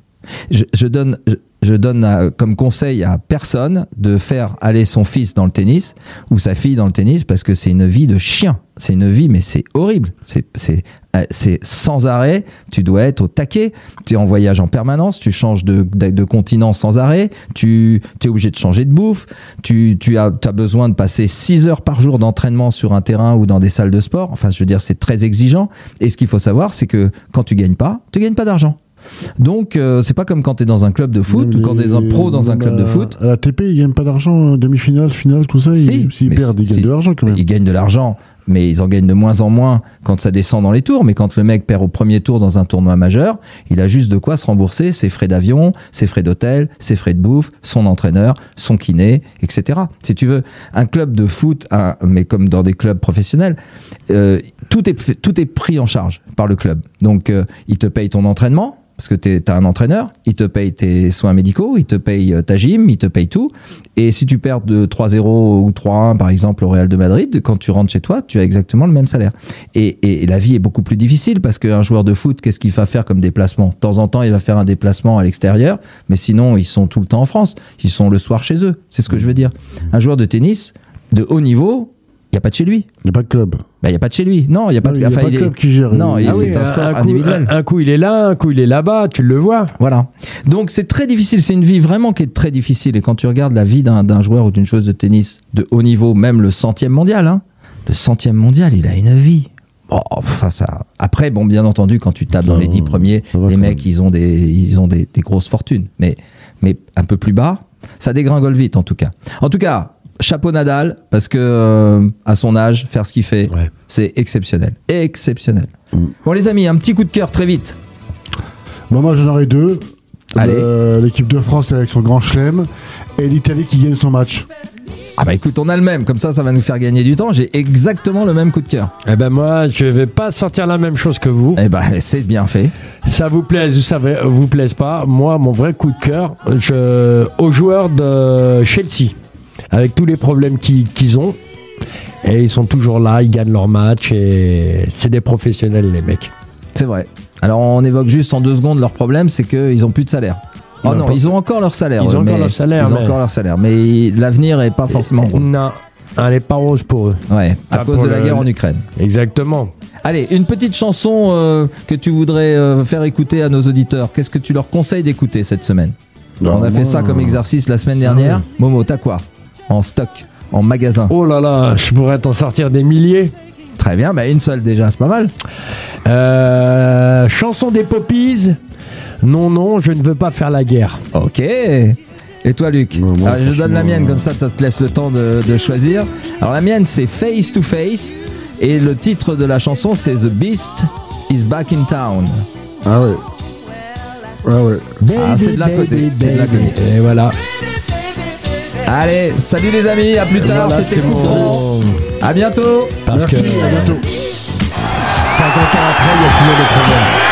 Speaker 1: Je, je donne, je, je donne à- comme conseil à personne de faire aller son fils dans le tennis ou sa fille dans le tennis parce que c'est une vie de chien. C'est une vie, mais c'est horrible. C'est, c'est, euh, c'est sans arrêt. Tu dois être au taquet. Tu es en voyage en permanence. Tu changes de, de- de continent sans arrêt. Tu es obligé de changer de bouffe. Tu, tu as, as besoin de passer 6 heures par jour d'entraînement sur un terrain ou dans des salles de sport. Enfin, je veux dire, c'est très exigeant. Et ce qu'il faut savoir, c'est que quand tu gagnes pas, tu gagnes pas d'argent. Donc, euh, c'est pas comme quand tu es dans un club de foot ou quand tu es un pro dans un club de foot.
Speaker 2: bah, À la TP, ils gagnent pas d'argent, euh, demi-finale, finale, tout ça.
Speaker 1: Si,
Speaker 2: ils, s'ils
Speaker 1: mais
Speaker 2: perdent, ils
Speaker 1: si-
Speaker 2: gagnent de l'argent quand même.
Speaker 1: Ils gagnent de l'argent, mais ils en gagnent de moins en moins quand ça descend dans les tours. Mais quand le mec perd au premier tour dans un tournoi majeur, il a juste de quoi se rembourser ses frais d'avion, ses frais d'hôtel, ses frais de bouffe, son entraîneur, son kiné, etc. Si tu veux, un club de foot, un- mais comme dans des clubs professionnels, euh, tout, est, tout est pris en charge par le club. Donc, euh, il te paye ton entraînement. Parce que tu as un entraîneur, il te paye tes soins médicaux, il te paye euh, ta gym, il te paye tout. Et si tu perds de 3-0 ou 3-1, par exemple, au Real de Madrid, quand tu rentres chez toi, tu as exactement le même salaire. Et, et la vie est beaucoup plus difficile parce qu'un joueur de foot, qu'est-ce qu'il va faire comme déplacement De temps en temps, il va faire un déplacement à l'extérieur, mais sinon, ils sont tout le temps en France. Ils sont le soir chez eux. C'est ce que je veux dire. Un joueur de tennis, de haut niveau, il n'y a pas de chez lui.
Speaker 2: Il n'y a pas de club.
Speaker 1: Bah, Il n'y a pas de chez lui. Non, il n'y a pas
Speaker 2: Non,
Speaker 1: de
Speaker 2: il y a
Speaker 1: enfin,
Speaker 2: pas de
Speaker 1: il est-
Speaker 2: club qui gère.
Speaker 1: Non,
Speaker 2: Il-
Speaker 1: il-
Speaker 2: Ah
Speaker 1: c'est
Speaker 3: oui,
Speaker 1: un sport individuel.
Speaker 3: Coup, un, un coup il est là, un coup il est là-bas, tu le vois.
Speaker 1: Voilà. Donc c'est très difficile, c'est une vie vraiment qui est très difficile. Et quand tu regardes la vie d'un d'un joueur ou d'une chose de tennis de haut niveau, même le centième mondial, hein, le centième mondial, il a une vie. Bon, enfin ça. Après, bon, bien entendu, quand tu tapes dans
Speaker 2: Ça
Speaker 1: les
Speaker 2: va,
Speaker 1: dix premiers,
Speaker 2: Ah, ça va
Speaker 1: les
Speaker 2: quand
Speaker 1: mecs, ils ont des, ils ont des, des grosses fortunes. Mais, mais un peu plus bas, ça dégringole vite en tout cas. En tout cas, chapeau Nadal, parce que euh, à son âge, faire ce qu'il fait,
Speaker 3: Ouais.
Speaker 1: c'est exceptionnel, exceptionnel.
Speaker 2: Mm.
Speaker 1: Bon les amis, un petit coup de cœur très vite.
Speaker 2: Bon, Bah, moi, j'en aurais deux.
Speaker 1: Allez.
Speaker 2: Euh, L'équipe de France avec son grand chelem et l'Italie qui gagne son match.
Speaker 1: Ah bah écoute, on a le même, comme ça ça va nous faire gagner du temps, j'ai exactement le même coup de cœur.
Speaker 3: Eh ben moi, je vais pas sortir la même chose que vous.
Speaker 1: Eh bah c'est bien fait.
Speaker 3: Ça vous plaise ou ça va- vous plaise pas Moi, mon vrai coup de cœur, je, aux joueurs de Chelsea, avec tous les problèmes qui- qu'ils ont, et ils sont toujours là, ils gagnent leur match, et c'est des professionnels les mecs.
Speaker 1: C'est vrai. Alors on évoque juste en deux secondes leur problème, c'est qu'ils ont plus de salaire. Oh
Speaker 3: Non,
Speaker 1: non,
Speaker 3: pas-
Speaker 1: ils ont encore leur salaire.
Speaker 3: Ils
Speaker 1: eux,
Speaker 3: ont encore
Speaker 1: mais-
Speaker 3: leur salaire,
Speaker 1: Ils ont
Speaker 3: mais-
Speaker 1: encore leur salaire, mais l'avenir est pas forcément rose.
Speaker 3: Non, elle est pas rose pour eux.
Speaker 1: Ouais, à
Speaker 3: Ça,
Speaker 1: cause
Speaker 3: pour
Speaker 1: de la
Speaker 3: le-
Speaker 1: guerre en Ukraine.
Speaker 3: Exactement.
Speaker 1: Allez, une petite chanson euh, que tu voudrais euh, faire écouter à nos auditeurs. Qu'est-ce que tu leur conseilles d'écouter cette semaine On a fait ça comme exercice la semaine dernière. Momo, t'as quoi En stock, en magasin.
Speaker 3: Oh là là, je pourrais t'en sortir des milliers.
Speaker 1: Très bien, bah une seule déjà, c'est pas mal.
Speaker 3: Euh, chanson des Poppies. Non, non, je ne veux pas faire la guerre.
Speaker 1: Ok. Et toi, Luc
Speaker 2: Ouais, moi,
Speaker 1: Alors, Je donne la
Speaker 2: franchement,
Speaker 1: mienne,
Speaker 2: euh,
Speaker 1: comme ça, ça te laisse le temps de, de choisir. Alors, la mienne, c'est Face to Face. Et le titre de la chanson, c'est The Beast is Back in Town.
Speaker 2: Ah ouais. Ah ouais.
Speaker 1: Ah, c'est de la côté, c'est de la côté.
Speaker 3: Et voilà.
Speaker 1: Allez, salut les amis, à plus tard,
Speaker 3: Voilà,
Speaker 1: c'était
Speaker 3: c'est mon-
Speaker 1: Coupon. À bientôt
Speaker 3: Parce
Speaker 2: Merci,
Speaker 3: que
Speaker 2: à bientôt.
Speaker 3: 50 ans après, il y a toujours des problèmes.